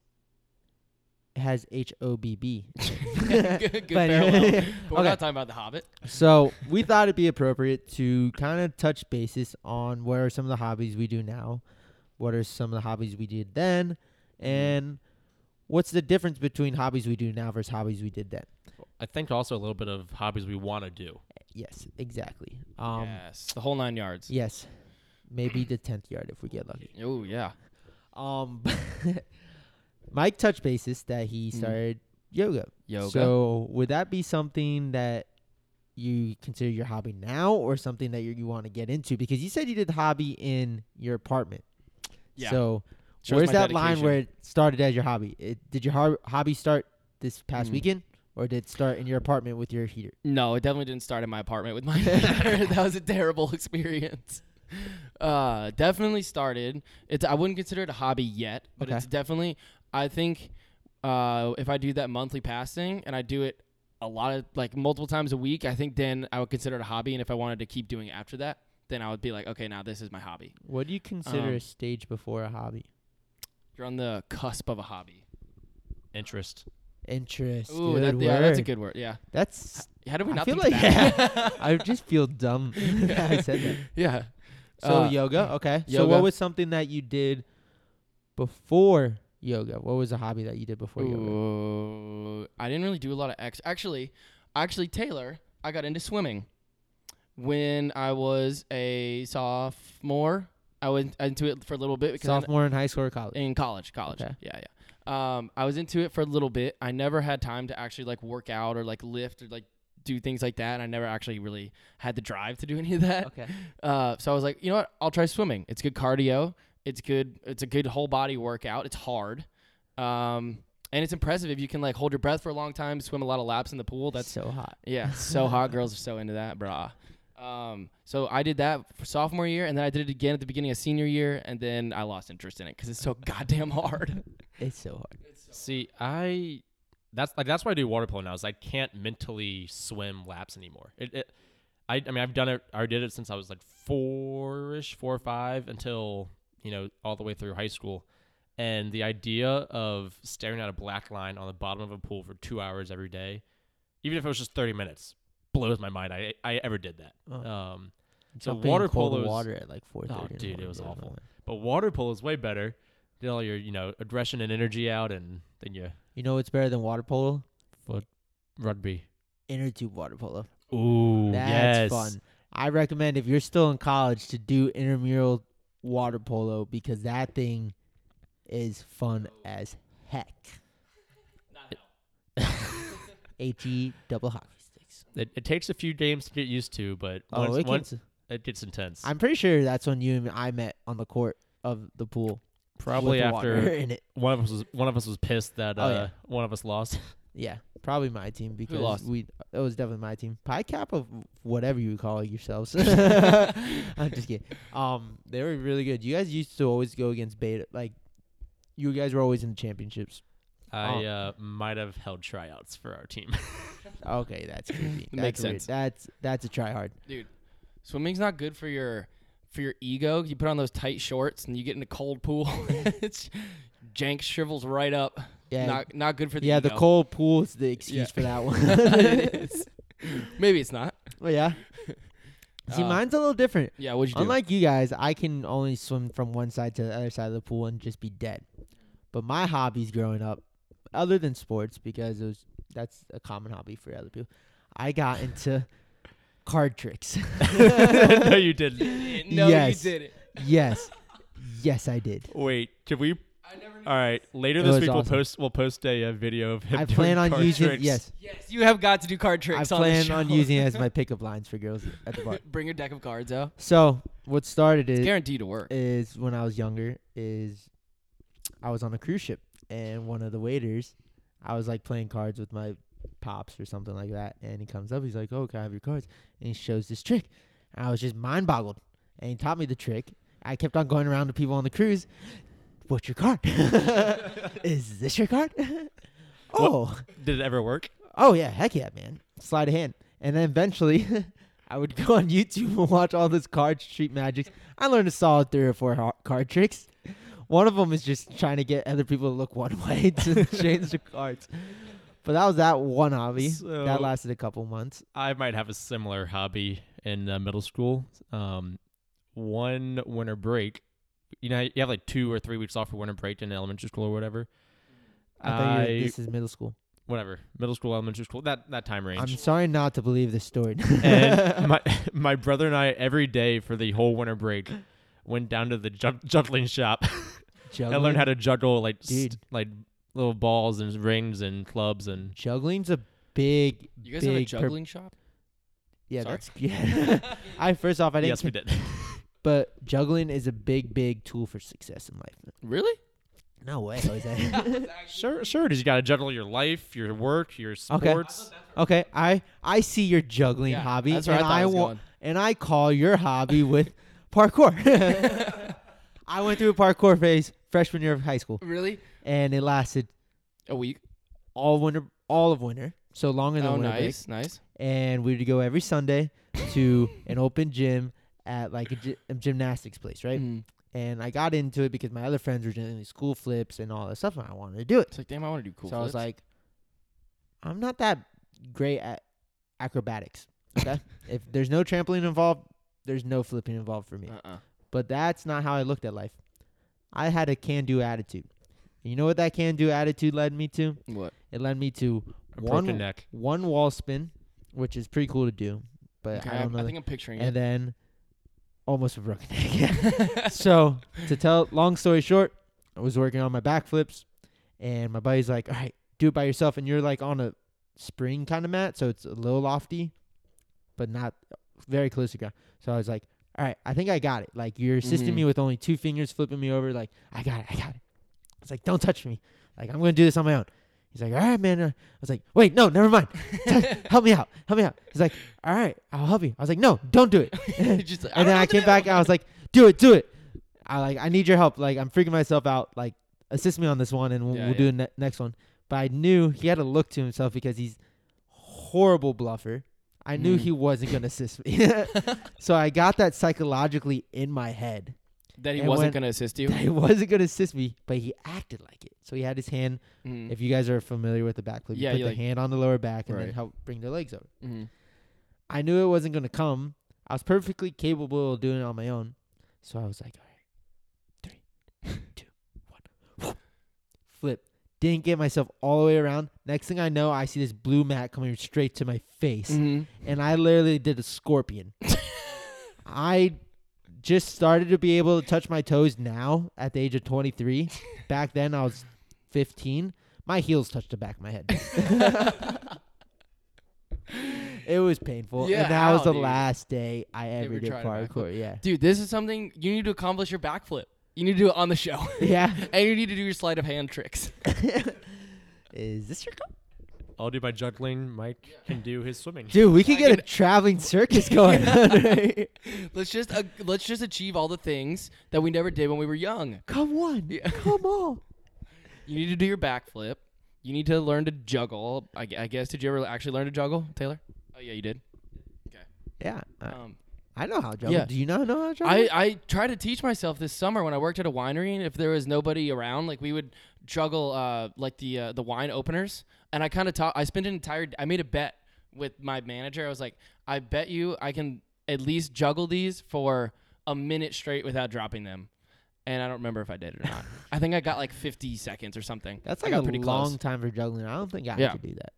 [SPEAKER 2] it has H O B B.
[SPEAKER 1] good good
[SPEAKER 2] But-
[SPEAKER 1] parallel. But we're
[SPEAKER 2] Okay.
[SPEAKER 1] not talking about the Hobbit.
[SPEAKER 2] So, we thought it'd be appropriate to kind of touch basis on what are some of the hobbies we do now, what are some of the hobbies we did then, and what's the difference between hobbies we do now versus hobbies we did then.
[SPEAKER 3] I think also a little bit of hobbies we want to do.
[SPEAKER 2] Yes, exactly. Um,
[SPEAKER 1] yes. The whole nine yards.
[SPEAKER 2] Yes, maybe the 10th yard if we get lucky.
[SPEAKER 1] Oh yeah.
[SPEAKER 2] Um, Mike touched basis that he
[SPEAKER 1] Mm.
[SPEAKER 2] started yoga.
[SPEAKER 1] Yoga.
[SPEAKER 2] So would that be something that you consider your hobby now, or something that you, you want to get into? Because you said you did the hobby in your apartment.
[SPEAKER 1] yeah.
[SPEAKER 2] So
[SPEAKER 1] Shows
[SPEAKER 2] where's
[SPEAKER 1] my
[SPEAKER 2] that line
[SPEAKER 1] dedication.
[SPEAKER 2] where it started as your hobby? It, did your har- hobby start this past
[SPEAKER 1] Mm.
[SPEAKER 2] weekend, or did it start in your apartment with your heater?
[SPEAKER 1] No, it definitely didn't start in my apartment with my mother. that was a terrible experience. Uh, definitely started. It's I wouldn't consider it a hobby yet, but
[SPEAKER 2] Okay.
[SPEAKER 1] it's definitely. I think uh, if I do that monthly passing and I do it a lot of like multiple times a week, I think then I would consider it a hobby. And if I wanted to keep doing it after that, then I would be like, okay, now this is my hobby.
[SPEAKER 2] What do you consider
[SPEAKER 1] Um,
[SPEAKER 2] a stage before a hobby?
[SPEAKER 1] You're on the cusp of a hobby.
[SPEAKER 3] Interest.
[SPEAKER 2] Interest.
[SPEAKER 1] Ooh,
[SPEAKER 2] good
[SPEAKER 1] that, yeah, that's a
[SPEAKER 2] word.
[SPEAKER 1] good word. Yeah.
[SPEAKER 2] That's.
[SPEAKER 1] How do we
[SPEAKER 2] I
[SPEAKER 1] not
[SPEAKER 2] feel
[SPEAKER 1] think of
[SPEAKER 2] like-
[SPEAKER 1] that?
[SPEAKER 2] I just feel dumb. that I said that.
[SPEAKER 1] yeah.
[SPEAKER 2] So
[SPEAKER 1] Uh,
[SPEAKER 3] mm.
[SPEAKER 2] yoga, okay. So
[SPEAKER 1] yoga.
[SPEAKER 2] what was something that you did before yoga? What was a hobby that you did before yoga?
[SPEAKER 1] Ooh, I didn't really do a lot of ex. Actually, actually, Taylor, I got into swimming when I was a sophomore. I went into it for a little bit because I-
[SPEAKER 2] Sophomore in high school or college?
[SPEAKER 1] in college, college,
[SPEAKER 2] Okay.
[SPEAKER 1] yeah, yeah. Um, I was into it for a little bit. I never had time to actually like work out or like lift or like do things like that. And I never actually really had the drive to do any of that.
[SPEAKER 2] Okay.
[SPEAKER 1] Uh, so I was like, you know what? I'll try swimming. It's good cardio. It's good. It's a good whole body workout. It's hard, um, and it's impressive if you can like hold your breath for a long time, swim a lot of laps in the pool. That's
[SPEAKER 2] so hot.
[SPEAKER 1] yeah, so hot. Girls are so into that, brah. Um, so I did that for sophomore year, and then I did it again at the beginning of senior year, and then I lost interest in it because it's so goddamn hard.
[SPEAKER 2] It's so hard.
[SPEAKER 3] See, I that's like that's why I do water polo now. Is I can't mentally swim laps anymore. It, it I, I mean, I've done it. I did it since I was like four-ish, four or five, until you know all the way through high school. And the idea of staring at a black line on the bottom of a pool for two hours every day, even if it was just thirty minutes, blows my mind. I I ever did that.
[SPEAKER 2] Oh.
[SPEAKER 3] Um, so
[SPEAKER 2] Jumping in
[SPEAKER 3] water
[SPEAKER 2] cold
[SPEAKER 3] polo is-
[SPEAKER 2] water at like four thirty.
[SPEAKER 3] Oh, dude, it was awful. But water polo is way better. Get all your, you know, aggression and energy out, and then you
[SPEAKER 2] You know what's better than water polo?
[SPEAKER 3] rugby.
[SPEAKER 2] Inner tube water polo.
[SPEAKER 3] Ooh,
[SPEAKER 2] That's
[SPEAKER 3] yes.
[SPEAKER 2] fun. I recommend if you're still in college to do intramural water polo because that thing is fun as heck. H E double hockey sticks.
[SPEAKER 3] It, it takes a few games to get used to, but
[SPEAKER 2] Oh,
[SPEAKER 3] once,
[SPEAKER 2] it
[SPEAKER 3] it,
[SPEAKER 2] can-
[SPEAKER 3] once it gets intense.
[SPEAKER 2] I'm pretty sure that's when you and I met on the court of the pool.
[SPEAKER 3] probably
[SPEAKER 2] with the
[SPEAKER 3] after
[SPEAKER 2] water in it.
[SPEAKER 3] one of us was one of us was pissed that
[SPEAKER 2] Oh,
[SPEAKER 3] uh,
[SPEAKER 2] yeah.
[SPEAKER 3] one of us lost.
[SPEAKER 2] Yeah, probably my team because
[SPEAKER 1] lost?
[SPEAKER 2] we that was definitely my team. Pie cap of whatever you call yourselves. I'm just kidding. Um, they were really good. You guys used to always go against Beta. Like, you guys were always in the championships.
[SPEAKER 3] I uh, might have held tryouts for our team.
[SPEAKER 2] Okay, that's creepy.
[SPEAKER 1] It makes
[SPEAKER 2] That's weird.
[SPEAKER 1] sense.
[SPEAKER 2] That's that's a try hard.
[SPEAKER 1] dude. Swimming's not good for your for your ego. You put on those tight shorts and you get in a cold pool. it's jank shrivels right up.
[SPEAKER 2] Yeah,
[SPEAKER 1] Not not good for the
[SPEAKER 2] yeah. The
[SPEAKER 1] ego.
[SPEAKER 2] cold pool is the excuse for that
[SPEAKER 1] It
[SPEAKER 2] one.
[SPEAKER 1] is. Maybe it's not.
[SPEAKER 2] well, yeah. See,
[SPEAKER 1] Uh,
[SPEAKER 2] mine's a little different.
[SPEAKER 1] Yeah, what'd you do?
[SPEAKER 2] Unlike you guys, I can only swim from one side to the other side of the pool and just be dead. But my hobbies growing up, other than sports, because it was that's a common hobby for other people, I got into card tricks.
[SPEAKER 3] no, you didn't.
[SPEAKER 1] Eh, no,
[SPEAKER 2] yes.
[SPEAKER 1] you did it.
[SPEAKER 2] yes, yes, I did.
[SPEAKER 3] Wait, can we?
[SPEAKER 1] I never knew.
[SPEAKER 3] All right, later
[SPEAKER 2] It
[SPEAKER 3] this
[SPEAKER 2] was
[SPEAKER 3] week we'll
[SPEAKER 2] awesome.
[SPEAKER 3] post we'll post a, uh video of him.
[SPEAKER 2] I
[SPEAKER 3] doing
[SPEAKER 2] plan on
[SPEAKER 3] card
[SPEAKER 2] using
[SPEAKER 3] tricks.
[SPEAKER 2] yes.
[SPEAKER 1] Yes, you have got to do card
[SPEAKER 2] I
[SPEAKER 1] tricks. on the
[SPEAKER 2] plan on
[SPEAKER 1] show.
[SPEAKER 2] using it as my pickup lines for girls at the bar.
[SPEAKER 1] Bring your deck of cards out.
[SPEAKER 2] So what started
[SPEAKER 1] It's
[SPEAKER 2] it
[SPEAKER 1] guaranteed to work.
[SPEAKER 2] is when I was younger is I was on a cruise ship and one of the waiters I was like playing cards with my pops or something like that and he comes up he's like oh can I have your cards and he shows this trick and I was just mind boggled and he taught me the trick I kept on going around to people on the cruise what's your card is this your card oh
[SPEAKER 3] Did it ever work?
[SPEAKER 2] Oh yeah, heck yeah, man. Slide a hand. And then eventually I would go on YouTube and watch all those card street magics. I learned a solid three or four ho- card tricks. One of them is just trying to get other people to look one way to change the cards. But that was that one hobby.
[SPEAKER 3] So-
[SPEAKER 2] that lasted a couple months.
[SPEAKER 3] I might have a similar hobby in uh, middle school. Um, one winter break, you know, how you have like two or three weeks off for winter break in elementary school or whatever.
[SPEAKER 2] I, thought you
[SPEAKER 3] I-
[SPEAKER 2] were, this is middle school.
[SPEAKER 3] whatever, middle school, elementary school, that that time range.
[SPEAKER 2] I'm sorry not to believe this story.
[SPEAKER 3] and my my brother and I every day for the whole winter break went down to the ju- juggling shop and learned how to juggle like st-
[SPEAKER 2] Dude.
[SPEAKER 3] like little balls and rings and clubs and
[SPEAKER 2] juggling's a big
[SPEAKER 1] You guys have a
[SPEAKER 2] big pur-
[SPEAKER 1] juggling shop?
[SPEAKER 2] yeah,
[SPEAKER 1] Sorry.
[SPEAKER 2] that's yeah. I first off I didn't
[SPEAKER 3] yes we did.
[SPEAKER 2] but juggling is a big, big tool for success in life.
[SPEAKER 1] Really?
[SPEAKER 2] No way, Jose.
[SPEAKER 3] sure, sure. Because you got to juggle your life, your work, your sports.
[SPEAKER 2] okay, I I see your juggling
[SPEAKER 1] Yeah,
[SPEAKER 2] hobby,
[SPEAKER 1] that's where
[SPEAKER 2] and
[SPEAKER 1] I thought
[SPEAKER 2] I,
[SPEAKER 1] it was
[SPEAKER 2] wa-
[SPEAKER 1] going.
[SPEAKER 2] and I call your hobby with parkour. I went through a parkour phase freshman year of high school,
[SPEAKER 1] Really?
[SPEAKER 2] and it lasted
[SPEAKER 1] A week?
[SPEAKER 2] all winter, all of winter, so longer than
[SPEAKER 1] Oh,
[SPEAKER 2] winter break.
[SPEAKER 1] nice, nice.
[SPEAKER 2] And we would go every Sunday to an open gym at like a, gy- a gymnastics place, right?
[SPEAKER 1] Mm.
[SPEAKER 2] And I got into it because my other friends were doing these cool flips and all that stuff, and I wanted to do it.
[SPEAKER 1] It's like, damn, I want to do cool.
[SPEAKER 2] so I was
[SPEAKER 1] flips.
[SPEAKER 2] like, I'm not that great at acrobatics. Okay. if there's no trampoline involved, there's no flipping involved for me.
[SPEAKER 1] uh-uh.
[SPEAKER 2] But that's not how I looked at life. I had a can do attitude. And you know what that can do attitude led me to?
[SPEAKER 1] What?
[SPEAKER 2] It led me to
[SPEAKER 3] A
[SPEAKER 2] One-
[SPEAKER 3] broken neck.
[SPEAKER 2] one wall spin, which is pretty cool to do, but
[SPEAKER 1] Okay,
[SPEAKER 2] I
[SPEAKER 1] I,
[SPEAKER 2] don't know.
[SPEAKER 1] I
[SPEAKER 2] the-
[SPEAKER 1] think I'm picturing
[SPEAKER 2] and
[SPEAKER 1] it.
[SPEAKER 2] then almost a broken neck. so to tell long story short, I was working on my backflips, and my buddy's like, "All right, do it by yourself." And you're like on a spring kind of mat, so it's a little lofty, but not very close to ground. So I was like, "All right, I think I got it." Like you're assisting
[SPEAKER 1] Mhm.
[SPEAKER 2] me with only two fingers, flipping me over. Like I got it, I got it. It's like, "Don't touch me." Like I'm gonna do this on my own. He's like, "All right, man." I was like, "Wait, no, never mind. help me out, help me out." He's like, "All right, I'll help you." I was like, "No, don't do it."
[SPEAKER 1] Just like,
[SPEAKER 2] and then I came back and I was like, "Do it, do it." I like, I need your help. Like, I'm freaking myself out. Like, assist me on this one, and we'll,
[SPEAKER 1] Yeah,
[SPEAKER 2] we'll do the ne- next one. But I knew he had to look to himself because he's horrible bluffer. I knew
[SPEAKER 1] Mm.
[SPEAKER 2] he wasn't gonna assist me, so I got that psychologically in my head
[SPEAKER 1] that he
[SPEAKER 2] and
[SPEAKER 1] wasn't
[SPEAKER 2] when-
[SPEAKER 1] going to assist you.
[SPEAKER 2] that he wasn't gonna assist me, but he acted like it. So he had his hand.
[SPEAKER 1] Mm.
[SPEAKER 2] If you guys are familiar with the back flip,
[SPEAKER 1] Yeah,
[SPEAKER 2] you put
[SPEAKER 1] you
[SPEAKER 2] the
[SPEAKER 1] like-
[SPEAKER 2] hand on the lower back and
[SPEAKER 1] Right.
[SPEAKER 2] then help bring their legs over.
[SPEAKER 1] Mhm.
[SPEAKER 2] I knew it wasn't gonna come. I was perfectly capable of doing it on my own. So I was like, all right, three, two, one, whoop. flip. Didn't get myself all the way around. Next thing I know, I see this blue mat coming straight to my face.
[SPEAKER 1] Mhm.
[SPEAKER 2] And I literally did a scorpion.
[SPEAKER 1] Mm-hmm.
[SPEAKER 2] I just started to be able to touch my toes now at the age of 23. Back then, I was 15. My heels touched the back of my head. It was painful.
[SPEAKER 1] Yeah,
[SPEAKER 2] and that was
[SPEAKER 1] ow,
[SPEAKER 2] the
[SPEAKER 1] dude.
[SPEAKER 2] last day I ever
[SPEAKER 1] were
[SPEAKER 2] did
[SPEAKER 1] trying to
[SPEAKER 2] parkour. Yeah.
[SPEAKER 1] Dude, this is something you need to accomplish your backflip. You need to do it on the show.
[SPEAKER 2] Yeah.
[SPEAKER 1] and you need to do your sleight of hand tricks.
[SPEAKER 2] Is this your cup?
[SPEAKER 3] I'll do my juggling. Mike can do his swimming.
[SPEAKER 2] Dude, we could
[SPEAKER 1] I
[SPEAKER 2] get a
[SPEAKER 1] can-
[SPEAKER 2] traveling circus going on, right?
[SPEAKER 1] Let's just uh, let's just achieve all the things that we never did when we were young.
[SPEAKER 2] Come on.
[SPEAKER 1] Yeah.
[SPEAKER 2] Come on.
[SPEAKER 1] You need to do your backflip. you need to learn to juggle. I, gu- I guess. Did you ever actually learn to juggle, Taylor? Oh yeah, you did.
[SPEAKER 2] Yeah, I,
[SPEAKER 1] Um,
[SPEAKER 2] I know how to juggle.
[SPEAKER 1] yeah.
[SPEAKER 2] Do you not know how to juggle?
[SPEAKER 1] I, I tried to teach myself this summer when I worked at a winery, and if there was nobody around, like we would juggle uh, like the uh, the wine openers. And I kind of taught. I spent an entire. I made a bet with my manager. I was like, I bet you I can at least juggle these for a minute straight without dropping them. And I don't remember if I did or not. I think I got like 50 seconds or something.
[SPEAKER 2] That's
[SPEAKER 1] I
[SPEAKER 2] like
[SPEAKER 1] got
[SPEAKER 2] a
[SPEAKER 1] pretty
[SPEAKER 2] long
[SPEAKER 1] close.
[SPEAKER 2] time for juggling. I don't think I
[SPEAKER 1] Yeah.
[SPEAKER 2] could do that.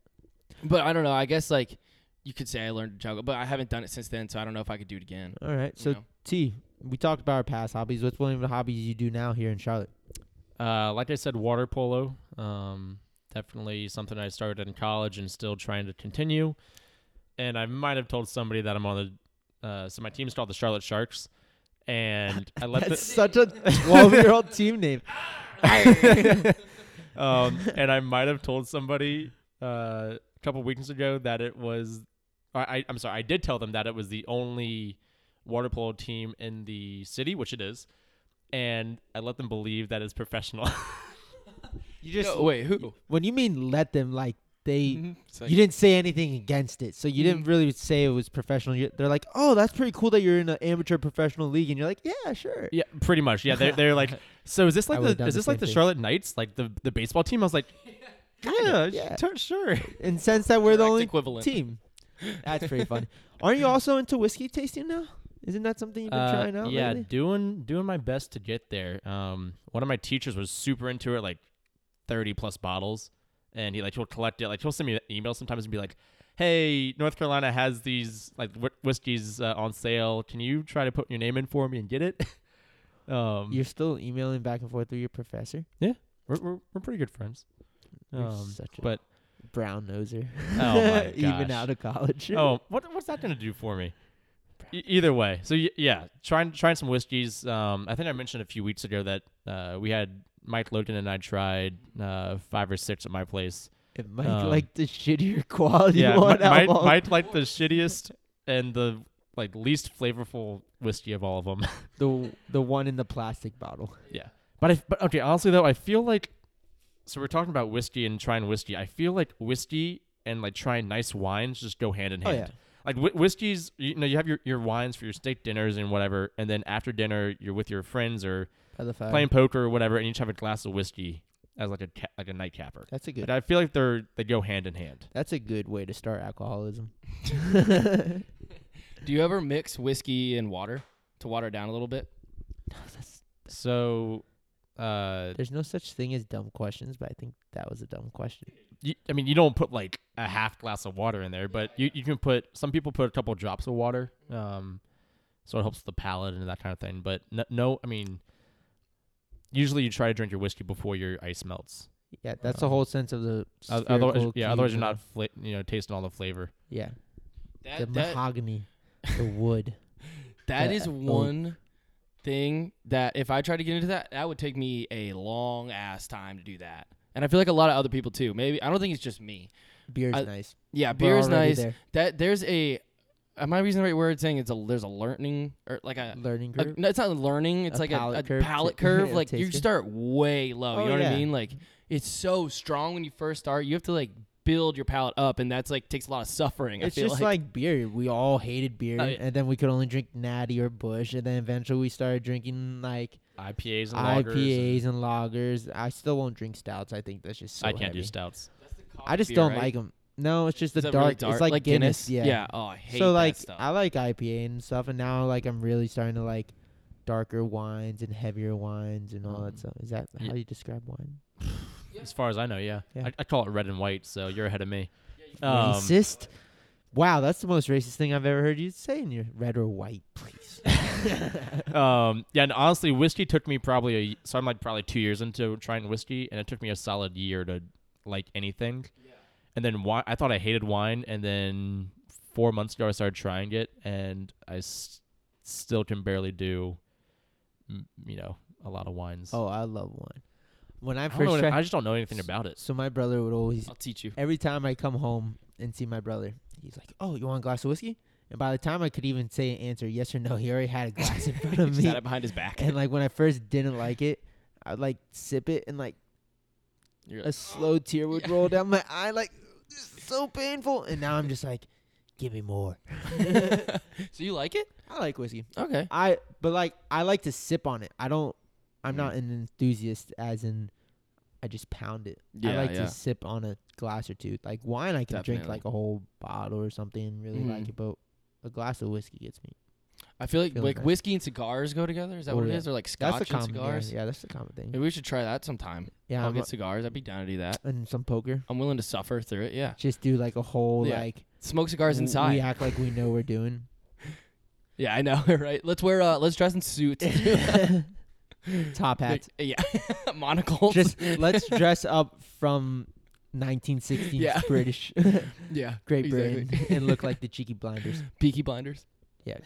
[SPEAKER 1] But I don't know. I guess like you could say I learned to juggle, but I haven't done it since then, so I don't know if I could do it again.
[SPEAKER 2] All right.
[SPEAKER 1] you
[SPEAKER 2] So
[SPEAKER 1] know?
[SPEAKER 2] T, we talked about our past hobbies. What's one of the hobbies you do now here in Charlotte?
[SPEAKER 3] Uh, like I said, water polo. Um, definitely something I started in college and still trying to continue. And I might have told somebody that I'm on the. Uh, so my team's called the Charlotte Sharks, and I left.
[SPEAKER 2] That's
[SPEAKER 3] the,
[SPEAKER 2] such a twelve-year-old team name.
[SPEAKER 3] um, and I might have told somebody uh, a couple weeks ago that it was. I, I, I'm sorry, I did tell them that it was the only water polo team in the city, which it is, and I let them believe that it's professional.
[SPEAKER 2] You just
[SPEAKER 1] No, wait, who?
[SPEAKER 2] when you mean let them like they
[SPEAKER 1] Mhm. It's like-
[SPEAKER 2] you didn't say anything against it, so you
[SPEAKER 1] Mm-hmm.
[SPEAKER 2] didn't really say it was professional. You, they're like, "Oh, that's pretty cool that you're in an amateur professional league," and you're like, "Yeah, sure."
[SPEAKER 3] Yeah, pretty much. Yeah, they're, they're like, so is this
[SPEAKER 2] I
[SPEAKER 3] like
[SPEAKER 2] would've
[SPEAKER 3] the
[SPEAKER 2] done
[SPEAKER 3] is
[SPEAKER 2] the
[SPEAKER 3] this like
[SPEAKER 2] same
[SPEAKER 3] the
[SPEAKER 2] thing.
[SPEAKER 3] Charlotte Knights, like the the baseball team? I was like, yeah,
[SPEAKER 2] yeah.
[SPEAKER 3] t- sure.
[SPEAKER 2] And since that we're the
[SPEAKER 1] Direct
[SPEAKER 2] only
[SPEAKER 1] equivalent.
[SPEAKER 2] team, that's pretty fun. Aren't you also into whiskey tasting now? Isn't that something you've been trying out
[SPEAKER 3] Uh, yeah,
[SPEAKER 2] lately?
[SPEAKER 3] doing doing my best to get there. Um, one of my teachers was super into it, like thirty plus bottles, and he like he'll collect it. Like he'll send me an email sometimes and be like, "Hey, North Carolina has these like wh- whiskeys uh, on sale. Can you try to put your name in for me and get it?" um,
[SPEAKER 2] You're still emailing back and forth with your professor.
[SPEAKER 3] we're, we're we're pretty good friends.
[SPEAKER 2] You're
[SPEAKER 3] Um,
[SPEAKER 2] such a
[SPEAKER 3] but Oh
[SPEAKER 2] brown noser.
[SPEAKER 3] my
[SPEAKER 2] even
[SPEAKER 3] gosh.
[SPEAKER 2] out of college.
[SPEAKER 3] oh, what what's that gonna do for me? E- either way, so y- yeah, trying trying some whiskeys. Um, I think I mentioned a few weeks ago that uh, we had Mike Logan and I tried uh, five or six at my place.
[SPEAKER 2] it might
[SPEAKER 3] um,
[SPEAKER 2] like the shittier quality
[SPEAKER 3] yeah,
[SPEAKER 2] one.
[SPEAKER 3] Mi- Mike,
[SPEAKER 2] out of all-
[SPEAKER 3] Mike liked the shittiest and the like least flavorful whiskey of all of them.
[SPEAKER 2] the the one in the plastic bottle.
[SPEAKER 3] yeah, but I but okay, honestly though, I feel like so we're talking about whiskey and trying whiskey. I feel like whiskey and like trying nice wines just go hand in
[SPEAKER 2] Oh,
[SPEAKER 3] hand.
[SPEAKER 2] yeah.
[SPEAKER 3] like whi whiskeys you know you have your, your wines for your steak dinners and whatever and then after dinner you're with your friends or
[SPEAKER 2] By the fire.
[SPEAKER 3] playing poker or whatever and you each have a glass of whiskey as like a ca- like a nightcapper
[SPEAKER 2] That's a
[SPEAKER 3] like
[SPEAKER 2] good.
[SPEAKER 3] i feel like they're they go hand in hand
[SPEAKER 2] That's a good way to start alcoholism.
[SPEAKER 1] Do you ever mix whiskey and water to water it down a little bit?
[SPEAKER 3] so uh
[SPEAKER 2] There's no such thing as dumb questions, but I think that was a dumb question.
[SPEAKER 3] you, i mean you don't put like a half glass of water in there but you, you can put some people put a couple drops of water um so it helps the palate and that kind of thing but no, no i mean usually you try to drink your whiskey before your ice melts
[SPEAKER 2] Yeah, that's the
[SPEAKER 3] Um,
[SPEAKER 2] whole sense of the.
[SPEAKER 3] Oth- Otherwise,
[SPEAKER 2] spherical
[SPEAKER 3] yeah. Otherwise, you're
[SPEAKER 2] cube
[SPEAKER 3] not
[SPEAKER 2] and
[SPEAKER 3] fla- you know tasting all the flavor.
[SPEAKER 2] the- Yeah, the
[SPEAKER 1] That that,
[SPEAKER 2] mahogany, the wood.
[SPEAKER 1] that is
[SPEAKER 2] oh.
[SPEAKER 1] one thing that if I tried to get into that, that would take me a long ass time to do that. And I feel like a lot of other people too. Maybe I don't think it's just me.
[SPEAKER 2] Beer's
[SPEAKER 1] I-
[SPEAKER 2] nice.
[SPEAKER 1] Yeah,
[SPEAKER 2] We're
[SPEAKER 1] beer is
[SPEAKER 2] already
[SPEAKER 1] nice.
[SPEAKER 2] there.
[SPEAKER 1] That there's a am I using the right word saying it's a there's a learning or like a
[SPEAKER 2] Learning
[SPEAKER 1] a-
[SPEAKER 2] Mm, group.
[SPEAKER 1] no, it's not learning. It's
[SPEAKER 2] A
[SPEAKER 1] like a,
[SPEAKER 2] palate
[SPEAKER 1] a
[SPEAKER 2] curve
[SPEAKER 1] palate
[SPEAKER 2] to-
[SPEAKER 1] curve.
[SPEAKER 2] of
[SPEAKER 1] Like you
[SPEAKER 2] tasting.
[SPEAKER 1] start way low.
[SPEAKER 2] Oh,
[SPEAKER 1] you know what
[SPEAKER 2] yeah.
[SPEAKER 1] I mean? Like it's so strong when you first start. You have to like build your palate up, and that's like takes a lot of suffering.
[SPEAKER 2] It's
[SPEAKER 1] I feel
[SPEAKER 2] just like,
[SPEAKER 1] like,
[SPEAKER 2] beer. We all hated beer,
[SPEAKER 1] Oh, yeah.
[SPEAKER 2] and then we could only drink Natty or Bush, and then eventually we started drinking like
[SPEAKER 3] IPAs and lagers.
[SPEAKER 2] IPAs and lagers. I still won't drink stouts. I think that's just so
[SPEAKER 3] I can't
[SPEAKER 2] heavy.
[SPEAKER 3] do stouts.
[SPEAKER 2] I just
[SPEAKER 1] beer,
[SPEAKER 2] don't
[SPEAKER 1] right?
[SPEAKER 2] like them. No, it's just the
[SPEAKER 1] Is that
[SPEAKER 2] dark,
[SPEAKER 1] really
[SPEAKER 2] It's like, Guinness. Yeah.
[SPEAKER 1] Oh, I hate
[SPEAKER 2] so like
[SPEAKER 1] that stuff.
[SPEAKER 2] I like IPA and stuff, and now like I'm really starting to like darker wines and heavier wines and all that
[SPEAKER 3] Mm.
[SPEAKER 2] stuff. Is that
[SPEAKER 3] Ye-
[SPEAKER 2] how you describe wine?
[SPEAKER 3] As far as I know, yeah.
[SPEAKER 2] Yeah.
[SPEAKER 3] I, I call it red and white. So you're ahead of me. Um,
[SPEAKER 2] racist. Wow, that's the most racist thing I've ever heard you say. In your red or white, please.
[SPEAKER 3] um, yeah, and honestly, whiskey took me probably a y- so I'm like probably two years into trying whiskey, and it took me a solid year to like anything. And then wine, I thought I hated wine, and then four months ago I started trying it, and I s- still can barely do, m- you know, a lot of wines.
[SPEAKER 2] oh, I love wine. When I
[SPEAKER 3] I, don't know
[SPEAKER 2] first
[SPEAKER 3] any-
[SPEAKER 2] tried,
[SPEAKER 3] I just don't know anything about it.
[SPEAKER 2] so my brother would always
[SPEAKER 1] I'll teach you.
[SPEAKER 2] every time I come home and see my brother, he's like, "Oh, you want a glass of whiskey?" And by the time I could even say an answer, yes or no, he already had a glass in front of
[SPEAKER 1] Just
[SPEAKER 2] me.
[SPEAKER 1] had it behind his back.
[SPEAKER 2] And like when I first didn't like it, I'd like sip it and like
[SPEAKER 1] You're
[SPEAKER 2] a slow tear would roll down my eye, like this is so painful. And now I'm just like, give me more.
[SPEAKER 1] like- so you like it?
[SPEAKER 2] I like whiskey.
[SPEAKER 1] Okay.
[SPEAKER 2] I but like I like to sip on it. I don't. I'm
[SPEAKER 1] Mm.
[SPEAKER 2] not an enthusiast, as in I just pound it. I
[SPEAKER 1] Yeah,
[SPEAKER 2] like
[SPEAKER 1] yeah.
[SPEAKER 2] to sip on a glass or two. Like wine, I can drink
[SPEAKER 1] Definitely.
[SPEAKER 2] like a whole bottle or something and really like
[SPEAKER 1] Mhm.
[SPEAKER 2] it. But a glass of whiskey gets me.
[SPEAKER 1] I feel like
[SPEAKER 2] Feeling
[SPEAKER 1] like
[SPEAKER 2] nice.
[SPEAKER 1] whiskey and cigars go together. Is that
[SPEAKER 2] Oh,
[SPEAKER 1] what it
[SPEAKER 2] yeah.
[SPEAKER 1] is? Or like
[SPEAKER 2] That's
[SPEAKER 1] scotch
[SPEAKER 2] the
[SPEAKER 1] and
[SPEAKER 2] common. Yeah,
[SPEAKER 1] cigars?
[SPEAKER 2] yeah, that's the common thing.
[SPEAKER 1] Maybe we should try that sometime.
[SPEAKER 2] Yeah,
[SPEAKER 1] I'll
[SPEAKER 2] I'm
[SPEAKER 1] get
[SPEAKER 2] a-
[SPEAKER 1] cigars. I'd be down to do that.
[SPEAKER 2] and some poker.
[SPEAKER 1] I'm willing to suffer through it. Yeah.
[SPEAKER 2] Just do like a whole
[SPEAKER 1] Yeah.
[SPEAKER 2] like
[SPEAKER 1] Smoke cigars
[SPEAKER 2] w-
[SPEAKER 1] inside.
[SPEAKER 2] We act like we know we're doing.
[SPEAKER 1] Yeah, I know, right? Let's wear uh let's dress in suits.
[SPEAKER 2] Top hats.
[SPEAKER 1] Like, yeah. Monocles.
[SPEAKER 2] Just let's dress up from 1960s
[SPEAKER 1] Yeah.
[SPEAKER 2] British
[SPEAKER 1] yeah.
[SPEAKER 2] Great
[SPEAKER 1] exactly.
[SPEAKER 2] Britain and look like the cheeky blinders.
[SPEAKER 1] Peaky blinders.
[SPEAKER 2] Yeah.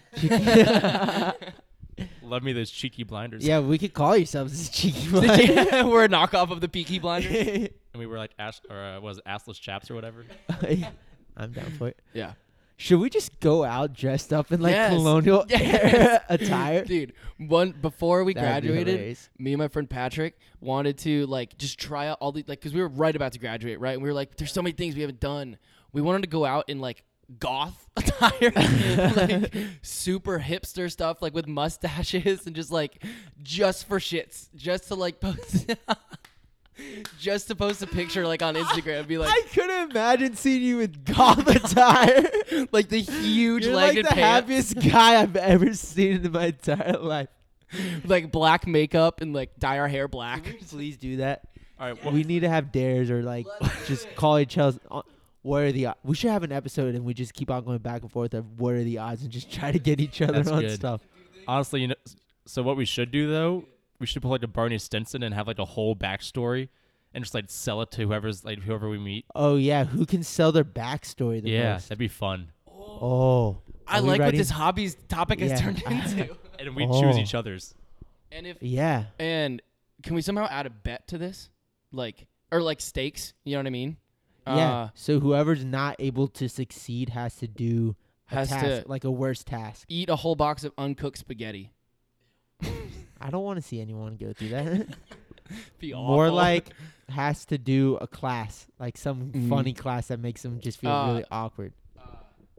[SPEAKER 3] Love me those cheeky blinders.
[SPEAKER 2] yeah, we could call yourselves the cheeky
[SPEAKER 1] Did you-
[SPEAKER 2] blinders.
[SPEAKER 1] We're a knockoff of the Peaky blinders.
[SPEAKER 3] And we were like ass or uh, was it assless chaps or whatever.
[SPEAKER 2] Yeah, I'm down for it.
[SPEAKER 1] Yeah.
[SPEAKER 2] Should we just go out dressed up in like
[SPEAKER 1] Yes.
[SPEAKER 2] colonial
[SPEAKER 1] Yes.
[SPEAKER 2] attire?
[SPEAKER 1] Dude, one before we
[SPEAKER 2] That'd be
[SPEAKER 1] graduated,
[SPEAKER 2] hilarious.
[SPEAKER 1] me and my friend Patrick wanted to like just try out all the like because we were right about to graduate, right? And we were like, there's so many things we haven't done. We wanted to go out in like goth attire, like super hipster stuff, like with mustaches and just like just for shits, just to like post, just to post a picture like on Instagram, and be like.
[SPEAKER 2] I couldn't imagine seeing you with goth attire.
[SPEAKER 1] like the huge
[SPEAKER 2] You're like
[SPEAKER 1] legged
[SPEAKER 2] the
[SPEAKER 1] pants,
[SPEAKER 2] happiest guy I've ever seen in my entire life.
[SPEAKER 1] like black makeup, and like dye our hair black.
[SPEAKER 2] Please do that.
[SPEAKER 3] All right,
[SPEAKER 2] We need to have dares or like just call each other. on- What are the? o- We should have an episode and we just keep on going back and forth of what are the odds and just try to get each other
[SPEAKER 3] That's
[SPEAKER 2] on
[SPEAKER 3] good.
[SPEAKER 2] stuff.
[SPEAKER 3] honestly, you know, so what we should do though, we should pull like a Barney Stinson and have like a whole backstory, and just like sell it to whoever's like whoever we meet.
[SPEAKER 2] Oh yeah, who can sell their backstory the
[SPEAKER 3] yeah,
[SPEAKER 2] most?
[SPEAKER 3] that'd be fun.
[SPEAKER 2] Oh,
[SPEAKER 1] I
[SPEAKER 2] are we
[SPEAKER 1] like what
[SPEAKER 2] ready?
[SPEAKER 1] this hobbies topic has
[SPEAKER 2] Yeah.
[SPEAKER 1] turned into.
[SPEAKER 3] And we choose
[SPEAKER 2] Oh.
[SPEAKER 3] each other's.
[SPEAKER 1] and if
[SPEAKER 2] Yeah,
[SPEAKER 1] and can we somehow add a bet to this, like or like stakes? You know what I mean?
[SPEAKER 2] yeah.
[SPEAKER 1] Uh,
[SPEAKER 2] So whoever's not able to succeed has to do a
[SPEAKER 1] Has
[SPEAKER 2] task,
[SPEAKER 1] to-
[SPEAKER 2] like a worse task.
[SPEAKER 1] eat a whole box of uncooked spaghetti.
[SPEAKER 2] I don't want to see anyone go through that.
[SPEAKER 1] Be
[SPEAKER 2] More
[SPEAKER 1] awful.
[SPEAKER 2] like has to do a class, like some
[SPEAKER 1] Mhm.
[SPEAKER 2] funny class that makes them just feel
[SPEAKER 1] Uh,
[SPEAKER 2] really awkward.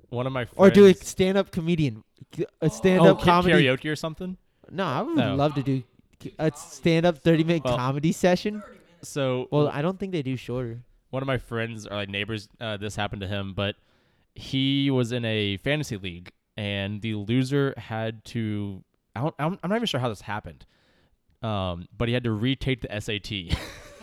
[SPEAKER 3] One of my friends.
[SPEAKER 2] Or do a stand up comedian, K- a stand
[SPEAKER 3] oh,
[SPEAKER 2] up
[SPEAKER 3] ca-
[SPEAKER 2] comedy.
[SPEAKER 3] karaoke or something.
[SPEAKER 2] No, I would
[SPEAKER 3] No.
[SPEAKER 2] love to do k- a stand up 30 minute
[SPEAKER 3] Well-
[SPEAKER 2] comedy session.
[SPEAKER 3] So
[SPEAKER 2] Well, I don't think they do shorter.
[SPEAKER 3] one of my friends or like neighbors, uh, this happened to him, but he was in a fantasy league and the loser had to, I don't, I'm, I'm not even sure how this happened. Um, but he had to retake the SAT.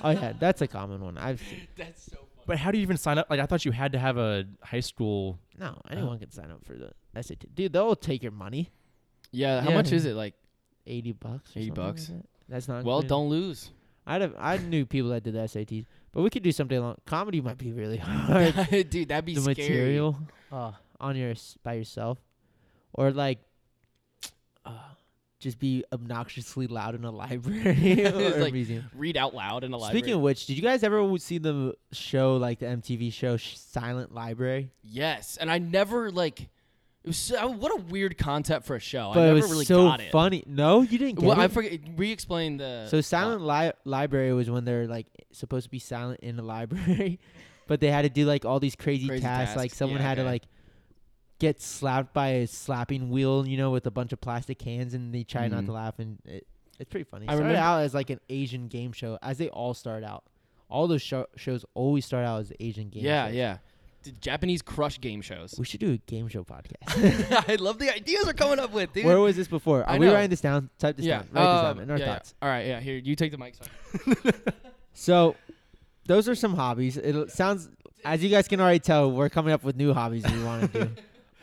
[SPEAKER 2] Oh yeah, that's a common one. I've seen.
[SPEAKER 1] that's so funny.
[SPEAKER 3] but how do you even sign up? Like I thought you had to have a high school.
[SPEAKER 2] No, anyone can sign up for the SAT. Dude, they'll take your money.
[SPEAKER 1] Yeah, how
[SPEAKER 2] Yeah.
[SPEAKER 1] much is it? Like,
[SPEAKER 2] 80 bucks. or
[SPEAKER 1] 80
[SPEAKER 2] something
[SPEAKER 1] bucks.
[SPEAKER 2] Like that. That's not
[SPEAKER 1] well,
[SPEAKER 2] included.
[SPEAKER 1] don't lose.
[SPEAKER 2] I'd have, I knew people that did the SATs, but we could do something long. Comedy might be really hard.
[SPEAKER 1] Dude, that'd be
[SPEAKER 2] the
[SPEAKER 1] scary.
[SPEAKER 2] material uh, on your s- by yourself, or like uh, just be obnoxiously loud in a library
[SPEAKER 1] It's
[SPEAKER 2] or a
[SPEAKER 1] like
[SPEAKER 2] museum.
[SPEAKER 1] Read out loud in a library.
[SPEAKER 2] Speaking of which, did you guys ever w- see the show like the MTV show Sh- Silent Library?
[SPEAKER 1] yes, and I never like. It was so, what a weird concept for a show.
[SPEAKER 2] but
[SPEAKER 1] Oh, I
[SPEAKER 2] it
[SPEAKER 1] never
[SPEAKER 2] was
[SPEAKER 1] really
[SPEAKER 2] so
[SPEAKER 1] got it.
[SPEAKER 2] funny. No, you didn't get
[SPEAKER 1] Well,
[SPEAKER 2] it.
[SPEAKER 1] I forget. Re-explain the. uh,
[SPEAKER 2] so Silent li- Library was when they're like supposed to be silent in the library, but they had to do like all these crazy,
[SPEAKER 1] Crazy
[SPEAKER 2] tasks. Like
[SPEAKER 1] tasks.
[SPEAKER 2] someone
[SPEAKER 1] Yeah,
[SPEAKER 2] had to
[SPEAKER 1] okay.
[SPEAKER 2] like get slapped by a slapping wheel, you know, with a bunch of plastic cans, and they try not
[SPEAKER 1] Mhm.
[SPEAKER 2] to laugh, and it, it's pretty funny. It
[SPEAKER 1] I
[SPEAKER 2] started
[SPEAKER 1] remember-
[SPEAKER 2] out as like an Asian game show, as they all start out. All those sho- shows always start out as Asian game.
[SPEAKER 1] yeah,
[SPEAKER 2] shows.
[SPEAKER 1] yeah. The Japanese crush game shows.
[SPEAKER 2] We should do a game show podcast.
[SPEAKER 1] I love the ideas we're coming up with, dude.
[SPEAKER 2] Where was this before? Are
[SPEAKER 1] I
[SPEAKER 2] we
[SPEAKER 1] know.
[SPEAKER 2] writing this down? Type this
[SPEAKER 1] yeah.
[SPEAKER 2] down. Write this
[SPEAKER 1] um,
[SPEAKER 2] down in our
[SPEAKER 1] yeah, yeah.
[SPEAKER 2] thoughts.
[SPEAKER 1] All right, yeah. Here, you take the mic. Sorry.
[SPEAKER 2] So, those are some hobbies. It sounds, as you guys can already tell, we're coming up with new hobbies we want to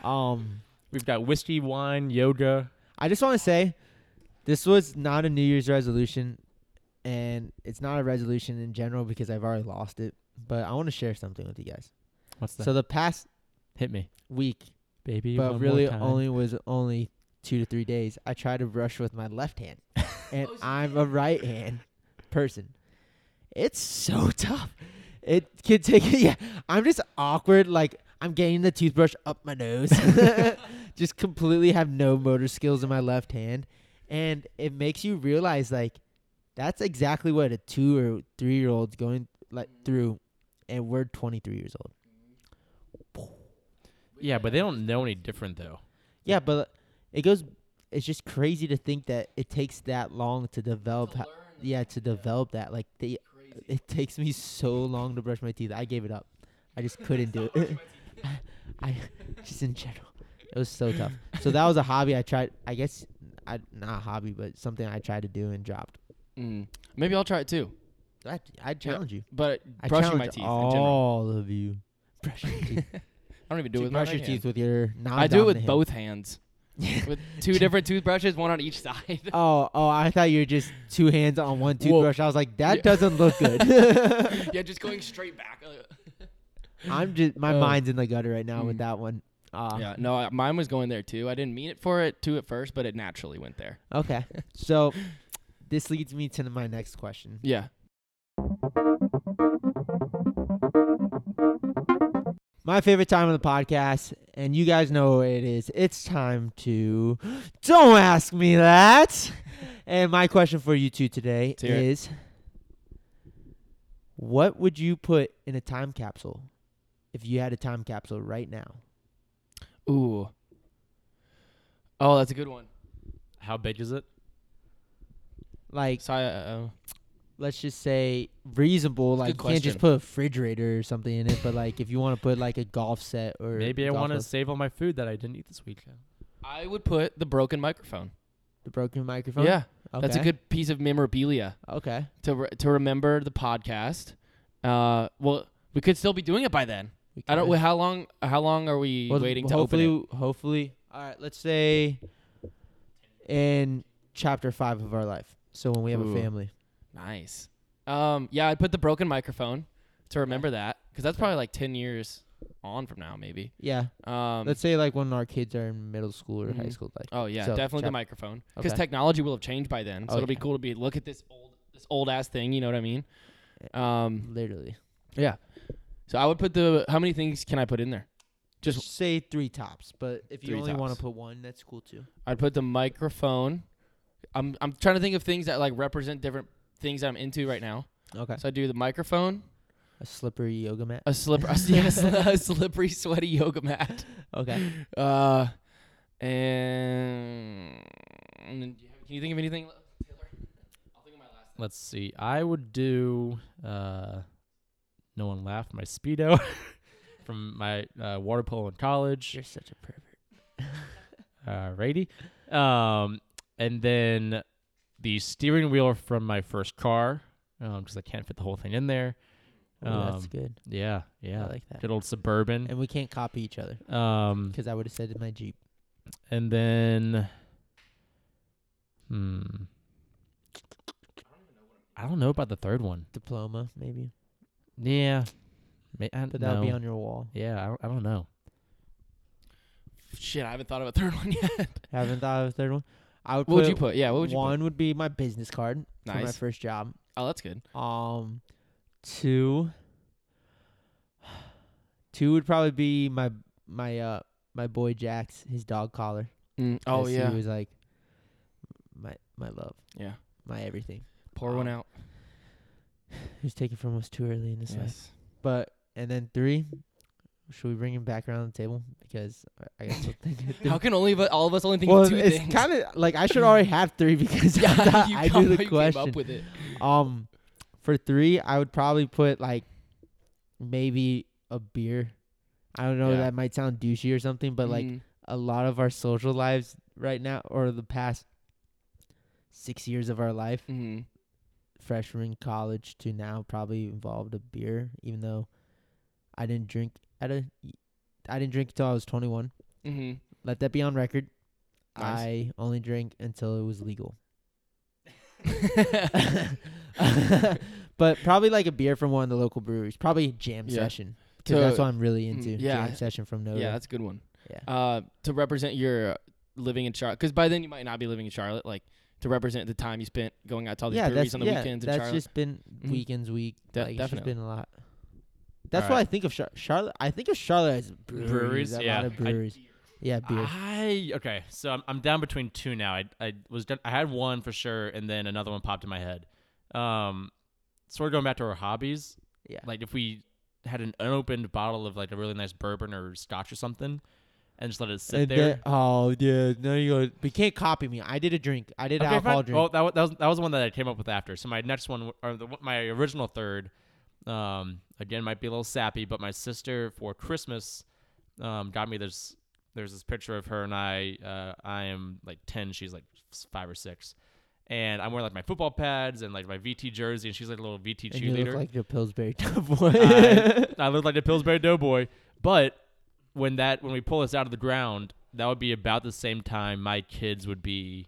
[SPEAKER 2] do. Um,
[SPEAKER 3] We've got whiskey, wine, yoga.
[SPEAKER 2] I just want to say, this was not a New Year's resolution, and it's not a resolution in general because I've already lost it. But I want to share something with you guys.
[SPEAKER 3] What's that?
[SPEAKER 2] So the past
[SPEAKER 3] Hit me,
[SPEAKER 2] week,
[SPEAKER 3] baby.
[SPEAKER 2] but really only was only two to three days. I tried to brush with my left hand, and I'm a right hand person. It's so tough. It can take. Yeah, I'm just awkward. Like I'm getting the toothbrush up my nose. just completely have no motor skills in my left hand, and it makes you realize like that's exactly what a two or three year old's going let through, and we're 23 years old.
[SPEAKER 3] Yeah, but they don't know any different though.
[SPEAKER 2] Yeah, but it goes. It's just crazy to think that it takes that long to develop. ho- yeah, to develop that. Like they, it takes me so long to brush my teeth. I gave it up. I just couldn't do it. I just in general, it was so tough. So that was a hobby I tried. I guess I not a hobby, but something I tried to do and dropped.
[SPEAKER 1] Mm. Maybe I'll try it too.
[SPEAKER 2] I I challenge you.
[SPEAKER 1] But
[SPEAKER 2] I
[SPEAKER 1] brushing my
[SPEAKER 2] challenge
[SPEAKER 1] teeth in general.
[SPEAKER 2] all of you. Brush your teeth.
[SPEAKER 1] I don't even do it
[SPEAKER 2] To
[SPEAKER 1] with my
[SPEAKER 2] brush
[SPEAKER 1] right
[SPEAKER 2] your
[SPEAKER 1] hand.
[SPEAKER 2] teeth with your.
[SPEAKER 1] I do it with
[SPEAKER 2] non-dominant hand.
[SPEAKER 1] both hands. with two different toothbrushes, one on each side.
[SPEAKER 2] Oh, oh! I thought you were just two hands on one
[SPEAKER 1] Whoa.
[SPEAKER 2] toothbrush. I was like, that
[SPEAKER 1] Yeah.
[SPEAKER 2] doesn't look good.
[SPEAKER 1] yeah, just going straight back.
[SPEAKER 2] I'm just my
[SPEAKER 1] Oh.
[SPEAKER 2] mind's in the gutter right now
[SPEAKER 1] Mm.
[SPEAKER 2] with that one. Uh,
[SPEAKER 1] yeah, no, I- mine was going there too. I didn't mean it for it to at first, but it naturally went there.
[SPEAKER 2] Okay, so this leads me to my next question.
[SPEAKER 1] Yeah.
[SPEAKER 2] My favorite time on the podcast, and you guys know what it is. It's time to don't ask me that. And my question for you two today
[SPEAKER 1] Let's hear it.
[SPEAKER 2] is: What would you put in a time capsule if you had a time capsule right now?
[SPEAKER 1] Ooh. Oh, that's a good one.
[SPEAKER 3] How big is it?
[SPEAKER 2] Like.
[SPEAKER 1] So, uh,
[SPEAKER 2] let's just say reasonable.
[SPEAKER 1] That's a
[SPEAKER 2] Like you
[SPEAKER 1] good
[SPEAKER 2] can't just put
[SPEAKER 1] question.
[SPEAKER 2] a refrigerator or something in it, but like if you want to put like a golf set or
[SPEAKER 3] Maybe I
[SPEAKER 2] golf
[SPEAKER 3] want to
[SPEAKER 2] club-
[SPEAKER 3] save all my food that I didn't eat this weekend.
[SPEAKER 1] I would put the broken microphone.
[SPEAKER 2] the broken microphone.
[SPEAKER 1] Yeah,
[SPEAKER 2] okay.
[SPEAKER 1] that's a good piece of memorabilia
[SPEAKER 2] Okay,
[SPEAKER 1] to re- to remember the podcast. Uh, well, we could still be doing it by then.
[SPEAKER 2] We
[SPEAKER 1] I don't.
[SPEAKER 2] could-
[SPEAKER 1] well, How long? How long are we
[SPEAKER 2] well,
[SPEAKER 1] waiting to open
[SPEAKER 2] hopefully,
[SPEAKER 1] it?
[SPEAKER 2] Hopefully, all right. Let's say in chapter five of our life. So when we have
[SPEAKER 1] Ooh.
[SPEAKER 2] a family,
[SPEAKER 1] Nice. Um, yeah, I'd put the broken microphone to remember that because that's probably like ten years on from now, maybe.
[SPEAKER 2] yeah.
[SPEAKER 1] Um,
[SPEAKER 2] let's say like when our kids are in middle school or high
[SPEAKER 1] Mhm.
[SPEAKER 2] school, like
[SPEAKER 1] oh yeah,
[SPEAKER 2] so,
[SPEAKER 1] definitely the
[SPEAKER 2] chap-
[SPEAKER 1] microphone because
[SPEAKER 2] Okay.
[SPEAKER 1] technology will have changed by then. So
[SPEAKER 2] Oh,
[SPEAKER 1] it'll be
[SPEAKER 2] yeah.
[SPEAKER 1] cool to be look at this old this old ass thing. You know what I mean? Um,
[SPEAKER 2] literally.
[SPEAKER 1] yeah. So I would put the how many things can I put in there? Just-
[SPEAKER 2] Just say three tops, but if you
[SPEAKER 1] Three
[SPEAKER 2] only want
[SPEAKER 1] tops.
[SPEAKER 2] to put one, that's cool too.
[SPEAKER 1] I'd put the microphone. I'm I'm trying to think of things that like represent different things that I'm into right now.
[SPEAKER 2] Okay,
[SPEAKER 1] So I do the microphone,
[SPEAKER 2] a slippery yoga mat.
[SPEAKER 1] a slipper, yeah, a sli- a slippery, sweaty yoga mat.
[SPEAKER 2] Okay,
[SPEAKER 1] Uh, and, and then do you have- can you think of anything, Taylor? I'll think of my last.
[SPEAKER 3] Let's see. I would do. Uh, no one laughed. My speedo from my uh, water polo in college.
[SPEAKER 2] you're such a pervert.
[SPEAKER 3] Alrighty. Um, and then the steering wheel from my first car, because I can't fit the whole thing in there.
[SPEAKER 2] Ooh, that's
[SPEAKER 3] Um,
[SPEAKER 2] good.
[SPEAKER 3] Yeah, yeah.
[SPEAKER 2] I like that.
[SPEAKER 3] Good old suburban.
[SPEAKER 2] And we can't copy each other
[SPEAKER 3] Um,
[SPEAKER 2] because I would have said in my Jeep.
[SPEAKER 3] and then, hmm. I don't know about the third one.
[SPEAKER 2] Diploma, maybe.
[SPEAKER 3] Yeah, May, I,
[SPEAKER 2] But that would be
[SPEAKER 3] no.
[SPEAKER 2] on your wall.
[SPEAKER 3] Yeah, I don't, I don't know.
[SPEAKER 1] Shit, I haven't thought of a third one yet.
[SPEAKER 2] Haven't thought of a third one. I would
[SPEAKER 1] what would
[SPEAKER 2] put
[SPEAKER 1] you put? Yeah, what would you
[SPEAKER 2] one would be my business card
[SPEAKER 1] put?
[SPEAKER 2] for my
[SPEAKER 1] Nice.
[SPEAKER 2] first job.
[SPEAKER 1] Oh, that's good.
[SPEAKER 2] Um two two would probably be my my uh my boy Jax, his dog collar.
[SPEAKER 1] Mm, oh
[SPEAKER 2] 'cause
[SPEAKER 1] yeah,
[SPEAKER 2] He was like my my love,
[SPEAKER 1] yeah.
[SPEAKER 2] my everything.
[SPEAKER 1] Pour one out.
[SPEAKER 2] He was taken from us too early in this life.
[SPEAKER 1] Yes.
[SPEAKER 2] But and then three, should we bring him back around the table because I- I guess
[SPEAKER 1] How can only of us- all of us only think
[SPEAKER 2] well,
[SPEAKER 1] of two
[SPEAKER 2] it's
[SPEAKER 1] things?
[SPEAKER 2] kind of like I should already have three because I, thought
[SPEAKER 1] you
[SPEAKER 2] I
[SPEAKER 1] come-
[SPEAKER 2] do
[SPEAKER 1] you
[SPEAKER 2] the
[SPEAKER 1] Came
[SPEAKER 2] question.
[SPEAKER 1] up with it.
[SPEAKER 2] um, for three, I would probably put like maybe a beer. I don't know.
[SPEAKER 1] Yeah.
[SPEAKER 2] That might sound douchey or something, but like
[SPEAKER 1] Mm,
[SPEAKER 2] a lot of our social lives right now, or the past six years of our life,
[SPEAKER 1] mhm.
[SPEAKER 2] freshman college to now probably involved a beer, even though I didn't drink at a I didn't drink until I was twenty one.
[SPEAKER 1] Mhm.
[SPEAKER 2] Let that be on record.
[SPEAKER 1] Nice.
[SPEAKER 2] I only drank until it was legal.
[SPEAKER 1] Mm-hmm.
[SPEAKER 2] but probably like a beer from one of the local breweries. Probably jam
[SPEAKER 1] Yeah.
[SPEAKER 2] session. 'Cause
[SPEAKER 1] So- mm,
[SPEAKER 2] that's what I'm really into.
[SPEAKER 1] yeah.
[SPEAKER 2] Jam session from Nova.
[SPEAKER 1] yeah,
[SPEAKER 2] Yeah.
[SPEAKER 1] that's a good one. Uh, to represent your uh, living in Charlotte, because by then you might not be living in Charlotte. Like to represent the time you spent going out to all these
[SPEAKER 2] yeah,
[SPEAKER 1] breweries
[SPEAKER 2] that's
[SPEAKER 1] on the
[SPEAKER 2] yeah,
[SPEAKER 1] weekends in
[SPEAKER 2] that's
[SPEAKER 1] Charlotte.
[SPEAKER 2] just been
[SPEAKER 1] Mhm.
[SPEAKER 2] weekends week.
[SPEAKER 1] De-
[SPEAKER 2] like, it's just
[SPEAKER 1] definitely.
[SPEAKER 2] been a lot. That's why
[SPEAKER 3] Alright.
[SPEAKER 2] I think of Char- Charlotte. I think of Charlotte as breweries.
[SPEAKER 3] Breweries,
[SPEAKER 2] a
[SPEAKER 3] yeah.
[SPEAKER 2] lot of
[SPEAKER 3] I-
[SPEAKER 2] breweries. yeah, beer.
[SPEAKER 3] I okay, so I'm I'm down between two now. I I was done, I had one for sure, and then another one popped in my head. Um, sort of going back to our hobbies.
[SPEAKER 2] Yeah.
[SPEAKER 3] Like if we had an unopened bottle of like a really nice bourbon or scotch or something, and just let it sit
[SPEAKER 2] And
[SPEAKER 3] there.
[SPEAKER 2] then- oh, dude, no, you go. But you can't copy me. I did a drink. I did an
[SPEAKER 3] Okay,
[SPEAKER 2] alcohol
[SPEAKER 3] fine.
[SPEAKER 2] drink.
[SPEAKER 3] Well, that, wa- that was that was the one that I came up with after. So my next one, w- or the, one- my original third, um, again might be a little sappy, but my sister for Christmas, um, got me this. There's this picture of her and I. Uh, I am like ten. She's like s- five or six, and I'm wearing like my football pads and like my VT jersey, and she's like a little VT
[SPEAKER 2] and you
[SPEAKER 3] cheerleader.
[SPEAKER 2] look like the Pillsbury Doughboy.
[SPEAKER 3] I, I look like a Pillsbury Doughboy. But when that when we pull this out of the ground, that would be about the same time my kids would be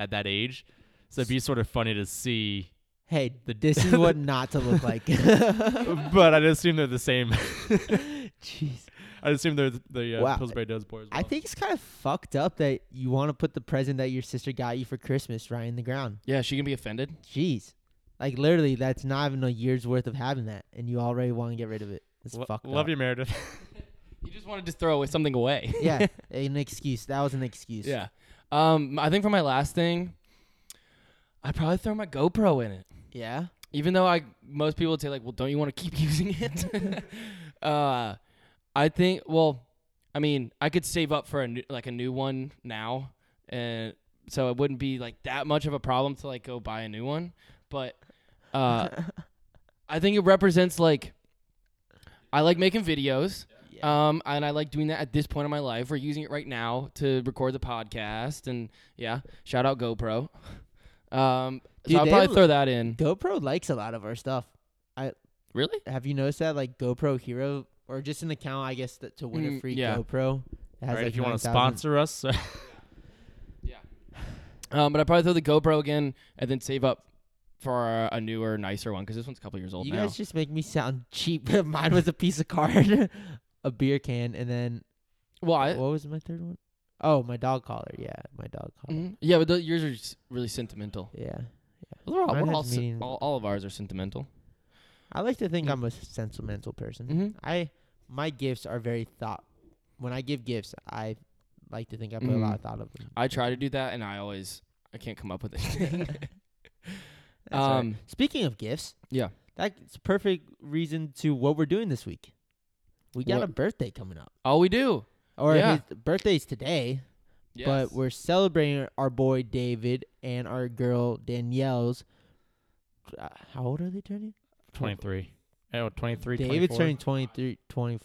[SPEAKER 3] at that age. So it'd be sort of funny to see.
[SPEAKER 2] hey, this is what not to look like. Jeez.
[SPEAKER 3] but I'd assume they're the same. I'd assume they're the, the uh,
[SPEAKER 2] Wow.
[SPEAKER 3] Pillsbury Doughboy as well.
[SPEAKER 2] I think it's kind of fucked up that you want to put the present that your sister got you for Christmas right in the ground.
[SPEAKER 1] Yeah, she can be offended.
[SPEAKER 2] Jeez. Like literally, that's not even a year's worth of having that, and you already want to get rid of it. It's
[SPEAKER 3] Lo-
[SPEAKER 2] fucked
[SPEAKER 3] love
[SPEAKER 2] up.
[SPEAKER 3] you, Meredith.
[SPEAKER 1] You just wanted to throw something away.
[SPEAKER 2] yeah, an excuse. That was an excuse.
[SPEAKER 1] yeah. Um, I think for my last thing, I probably throw my GoPro in it.
[SPEAKER 2] Yeah.
[SPEAKER 1] even though I most people would say like, well, don't you want to keep using it? uh, I think well, I mean, I could save up for a new, like a new one now, and so it wouldn't be like that much of a problem to like go buy a new one. But uh, I think it represents like I like making videos.
[SPEAKER 2] Yeah.
[SPEAKER 1] Um, and I like doing that at this point in my life. We're using it right now to record the podcast, and yeah, shout out GoPro. Um,
[SPEAKER 2] Dude,
[SPEAKER 1] so I'll
[SPEAKER 2] they
[SPEAKER 1] probably
[SPEAKER 2] l-
[SPEAKER 1] throw that in.
[SPEAKER 2] GoPro likes a lot of our stuff.
[SPEAKER 1] Really?
[SPEAKER 2] Have you noticed that? Like GoPro Hero, or just an account, I guess, that to win a
[SPEAKER 1] Mm,
[SPEAKER 2] free
[SPEAKER 1] yeah.
[SPEAKER 2] GoPro. It
[SPEAKER 3] All
[SPEAKER 2] has,
[SPEAKER 3] right,
[SPEAKER 2] like,
[SPEAKER 3] if you want to
[SPEAKER 2] 9,000
[SPEAKER 3] sponsor us,
[SPEAKER 1] Um, but I probably throw the GoPro again and then save up for a newer, nicer one because this one's a couple years old
[SPEAKER 2] You
[SPEAKER 1] now.
[SPEAKER 2] guys just make me sound cheap. Mine was a piece of card, a beer can, and then
[SPEAKER 1] well, I,
[SPEAKER 2] what was my third one? Oh, my dog collar. Yeah, my dog collar.
[SPEAKER 1] mhm. yeah, but the, yours are s- really sentimental.
[SPEAKER 2] Yeah.
[SPEAKER 1] Well, They're all,
[SPEAKER 2] Mine
[SPEAKER 1] we're
[SPEAKER 2] has
[SPEAKER 1] all, sen-
[SPEAKER 2] meaning.
[SPEAKER 1] all, all of ours are sentimental.
[SPEAKER 2] I like to think
[SPEAKER 1] Mm.
[SPEAKER 2] I'm a sentimental person.
[SPEAKER 1] Mhm.
[SPEAKER 2] I my gifts are very thought. When I give gifts, I like to think I put a lot
[SPEAKER 1] Mm.
[SPEAKER 2] of thought of them.
[SPEAKER 1] I try to do that, and I always I can't come up with anything.
[SPEAKER 2] That's all right.
[SPEAKER 1] um,
[SPEAKER 2] Speaking of gifts,
[SPEAKER 1] Yeah.
[SPEAKER 2] that's perfect reason to what we're doing this week. We got a
[SPEAKER 1] What?
[SPEAKER 2] birthday coming up,
[SPEAKER 1] all we do,
[SPEAKER 2] or
[SPEAKER 1] Yeah.
[SPEAKER 2] his birthday's today.
[SPEAKER 1] yes.
[SPEAKER 2] but we're celebrating our boy David and our girl Danielle's. Uh, how old are they turning?
[SPEAKER 3] 23. Oh, 23,
[SPEAKER 2] David's
[SPEAKER 3] 24.
[SPEAKER 2] turning 23, 20.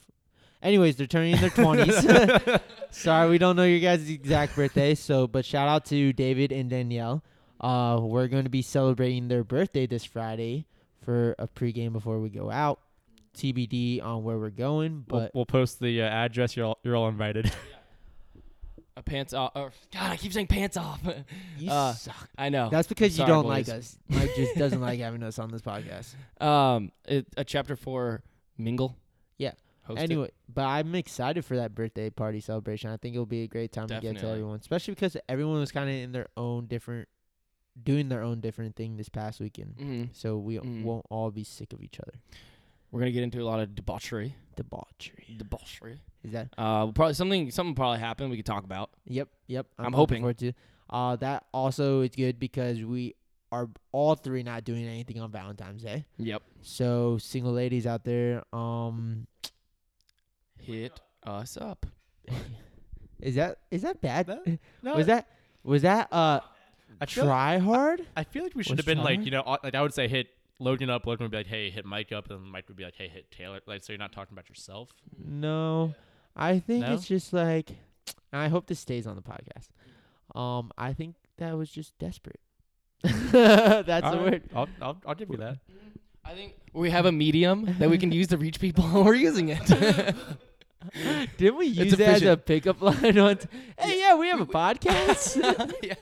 [SPEAKER 2] Anyways, they're turning in their 20s. Sorry, we don't know your guys' exact birthday. So, but shout out to David and Danielle. Uh, we're going to be celebrating their birthday this Friday for a pregame before we go out. TBD on where we're going,
[SPEAKER 3] We'll,
[SPEAKER 2] but
[SPEAKER 3] we'll post the uh, address. You're all, you're all invited.
[SPEAKER 1] a pants off. Or, God, I keep saying pants off.
[SPEAKER 2] you
[SPEAKER 1] uh,
[SPEAKER 2] suck.
[SPEAKER 1] I know.
[SPEAKER 2] That's because
[SPEAKER 1] sorry,
[SPEAKER 2] you don't
[SPEAKER 1] boys.
[SPEAKER 2] like us. Mike just doesn't like having us on this podcast.
[SPEAKER 1] Um, it, a chapter four mingle.
[SPEAKER 2] Yeah.
[SPEAKER 1] Hosted.
[SPEAKER 2] anyway, but I'm excited for that birthday party celebration. I think it'll be a great time to get to
[SPEAKER 1] Definitely.
[SPEAKER 2] everyone, especially because everyone was kind of in their own different, doing their own different thing this past weekend.
[SPEAKER 1] Mhm.
[SPEAKER 2] So we
[SPEAKER 1] Mm.
[SPEAKER 2] won't all be sick of each other.
[SPEAKER 1] we're gonna get into a lot of debauchery.
[SPEAKER 2] Debauchery.
[SPEAKER 1] Debauchery.
[SPEAKER 2] Is that?
[SPEAKER 1] Uh, probably something something probably happened we could talk about.
[SPEAKER 2] Yep. Yep.
[SPEAKER 1] I'm
[SPEAKER 2] looking
[SPEAKER 1] hoping.
[SPEAKER 2] forward to. Uh, that also is good because we are all three not doing anything on Valentine's Day.
[SPEAKER 1] Yep.
[SPEAKER 2] So single ladies out there, um,
[SPEAKER 1] Hit us up.
[SPEAKER 2] is that is that bad?
[SPEAKER 3] That- No,
[SPEAKER 2] was that was that uh
[SPEAKER 3] I feel-
[SPEAKER 2] try hard?
[SPEAKER 3] I feel like we should
[SPEAKER 2] Was
[SPEAKER 3] have been like
[SPEAKER 2] Tyler?
[SPEAKER 3] you know uh, like I would say hit Logan up. Logan would be like, hey, hit Mike up, and Mike would be like, hey, hit Taylor. Like so you're not talking about yourself.
[SPEAKER 2] No, I think
[SPEAKER 3] No?
[SPEAKER 2] it's just like, and I hope this stays on the podcast. Um, I think that was just desperate. That's the word.
[SPEAKER 3] I'll, I'll I'll give you that.
[SPEAKER 1] I think we have a medium that we can use to reach people. and We're using it.
[SPEAKER 2] Didn't we use that as a
[SPEAKER 1] efficient.
[SPEAKER 2] pickup line once? Hey, yeah, we have a podcast.
[SPEAKER 1] yeah.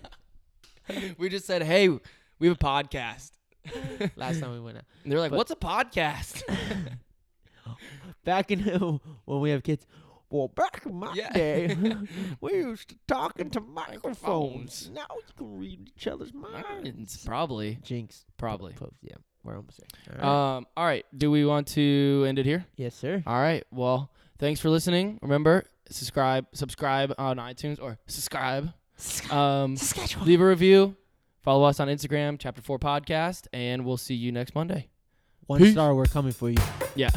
[SPEAKER 1] We just said, hey, we have a podcast. and
[SPEAKER 2] Last time we went out.
[SPEAKER 1] they're like,
[SPEAKER 2] But-
[SPEAKER 1] what's a podcast?
[SPEAKER 2] Back in when we have kids. Well, back in my
[SPEAKER 1] Yeah.
[SPEAKER 2] day, we used to talk into microphones. Now you can read each other's minds.
[SPEAKER 1] It's probably,
[SPEAKER 2] Jinx.
[SPEAKER 1] probably.
[SPEAKER 2] Po- Yeah, we're almost there. All right.
[SPEAKER 1] Um, all right. Do we want to end it here?
[SPEAKER 2] yes, sir.
[SPEAKER 1] All right. Well, thanks for listening. Remember, subscribe, subscribe on iTunes or subscribe. Um,
[SPEAKER 2] Saskatchewan.
[SPEAKER 1] leave a review. Follow us on Instagram, Chapter 4 Podcast, and we'll see you next Monday.
[SPEAKER 2] One
[SPEAKER 1] Peace.
[SPEAKER 2] star, we're coming for you.
[SPEAKER 1] Yeah.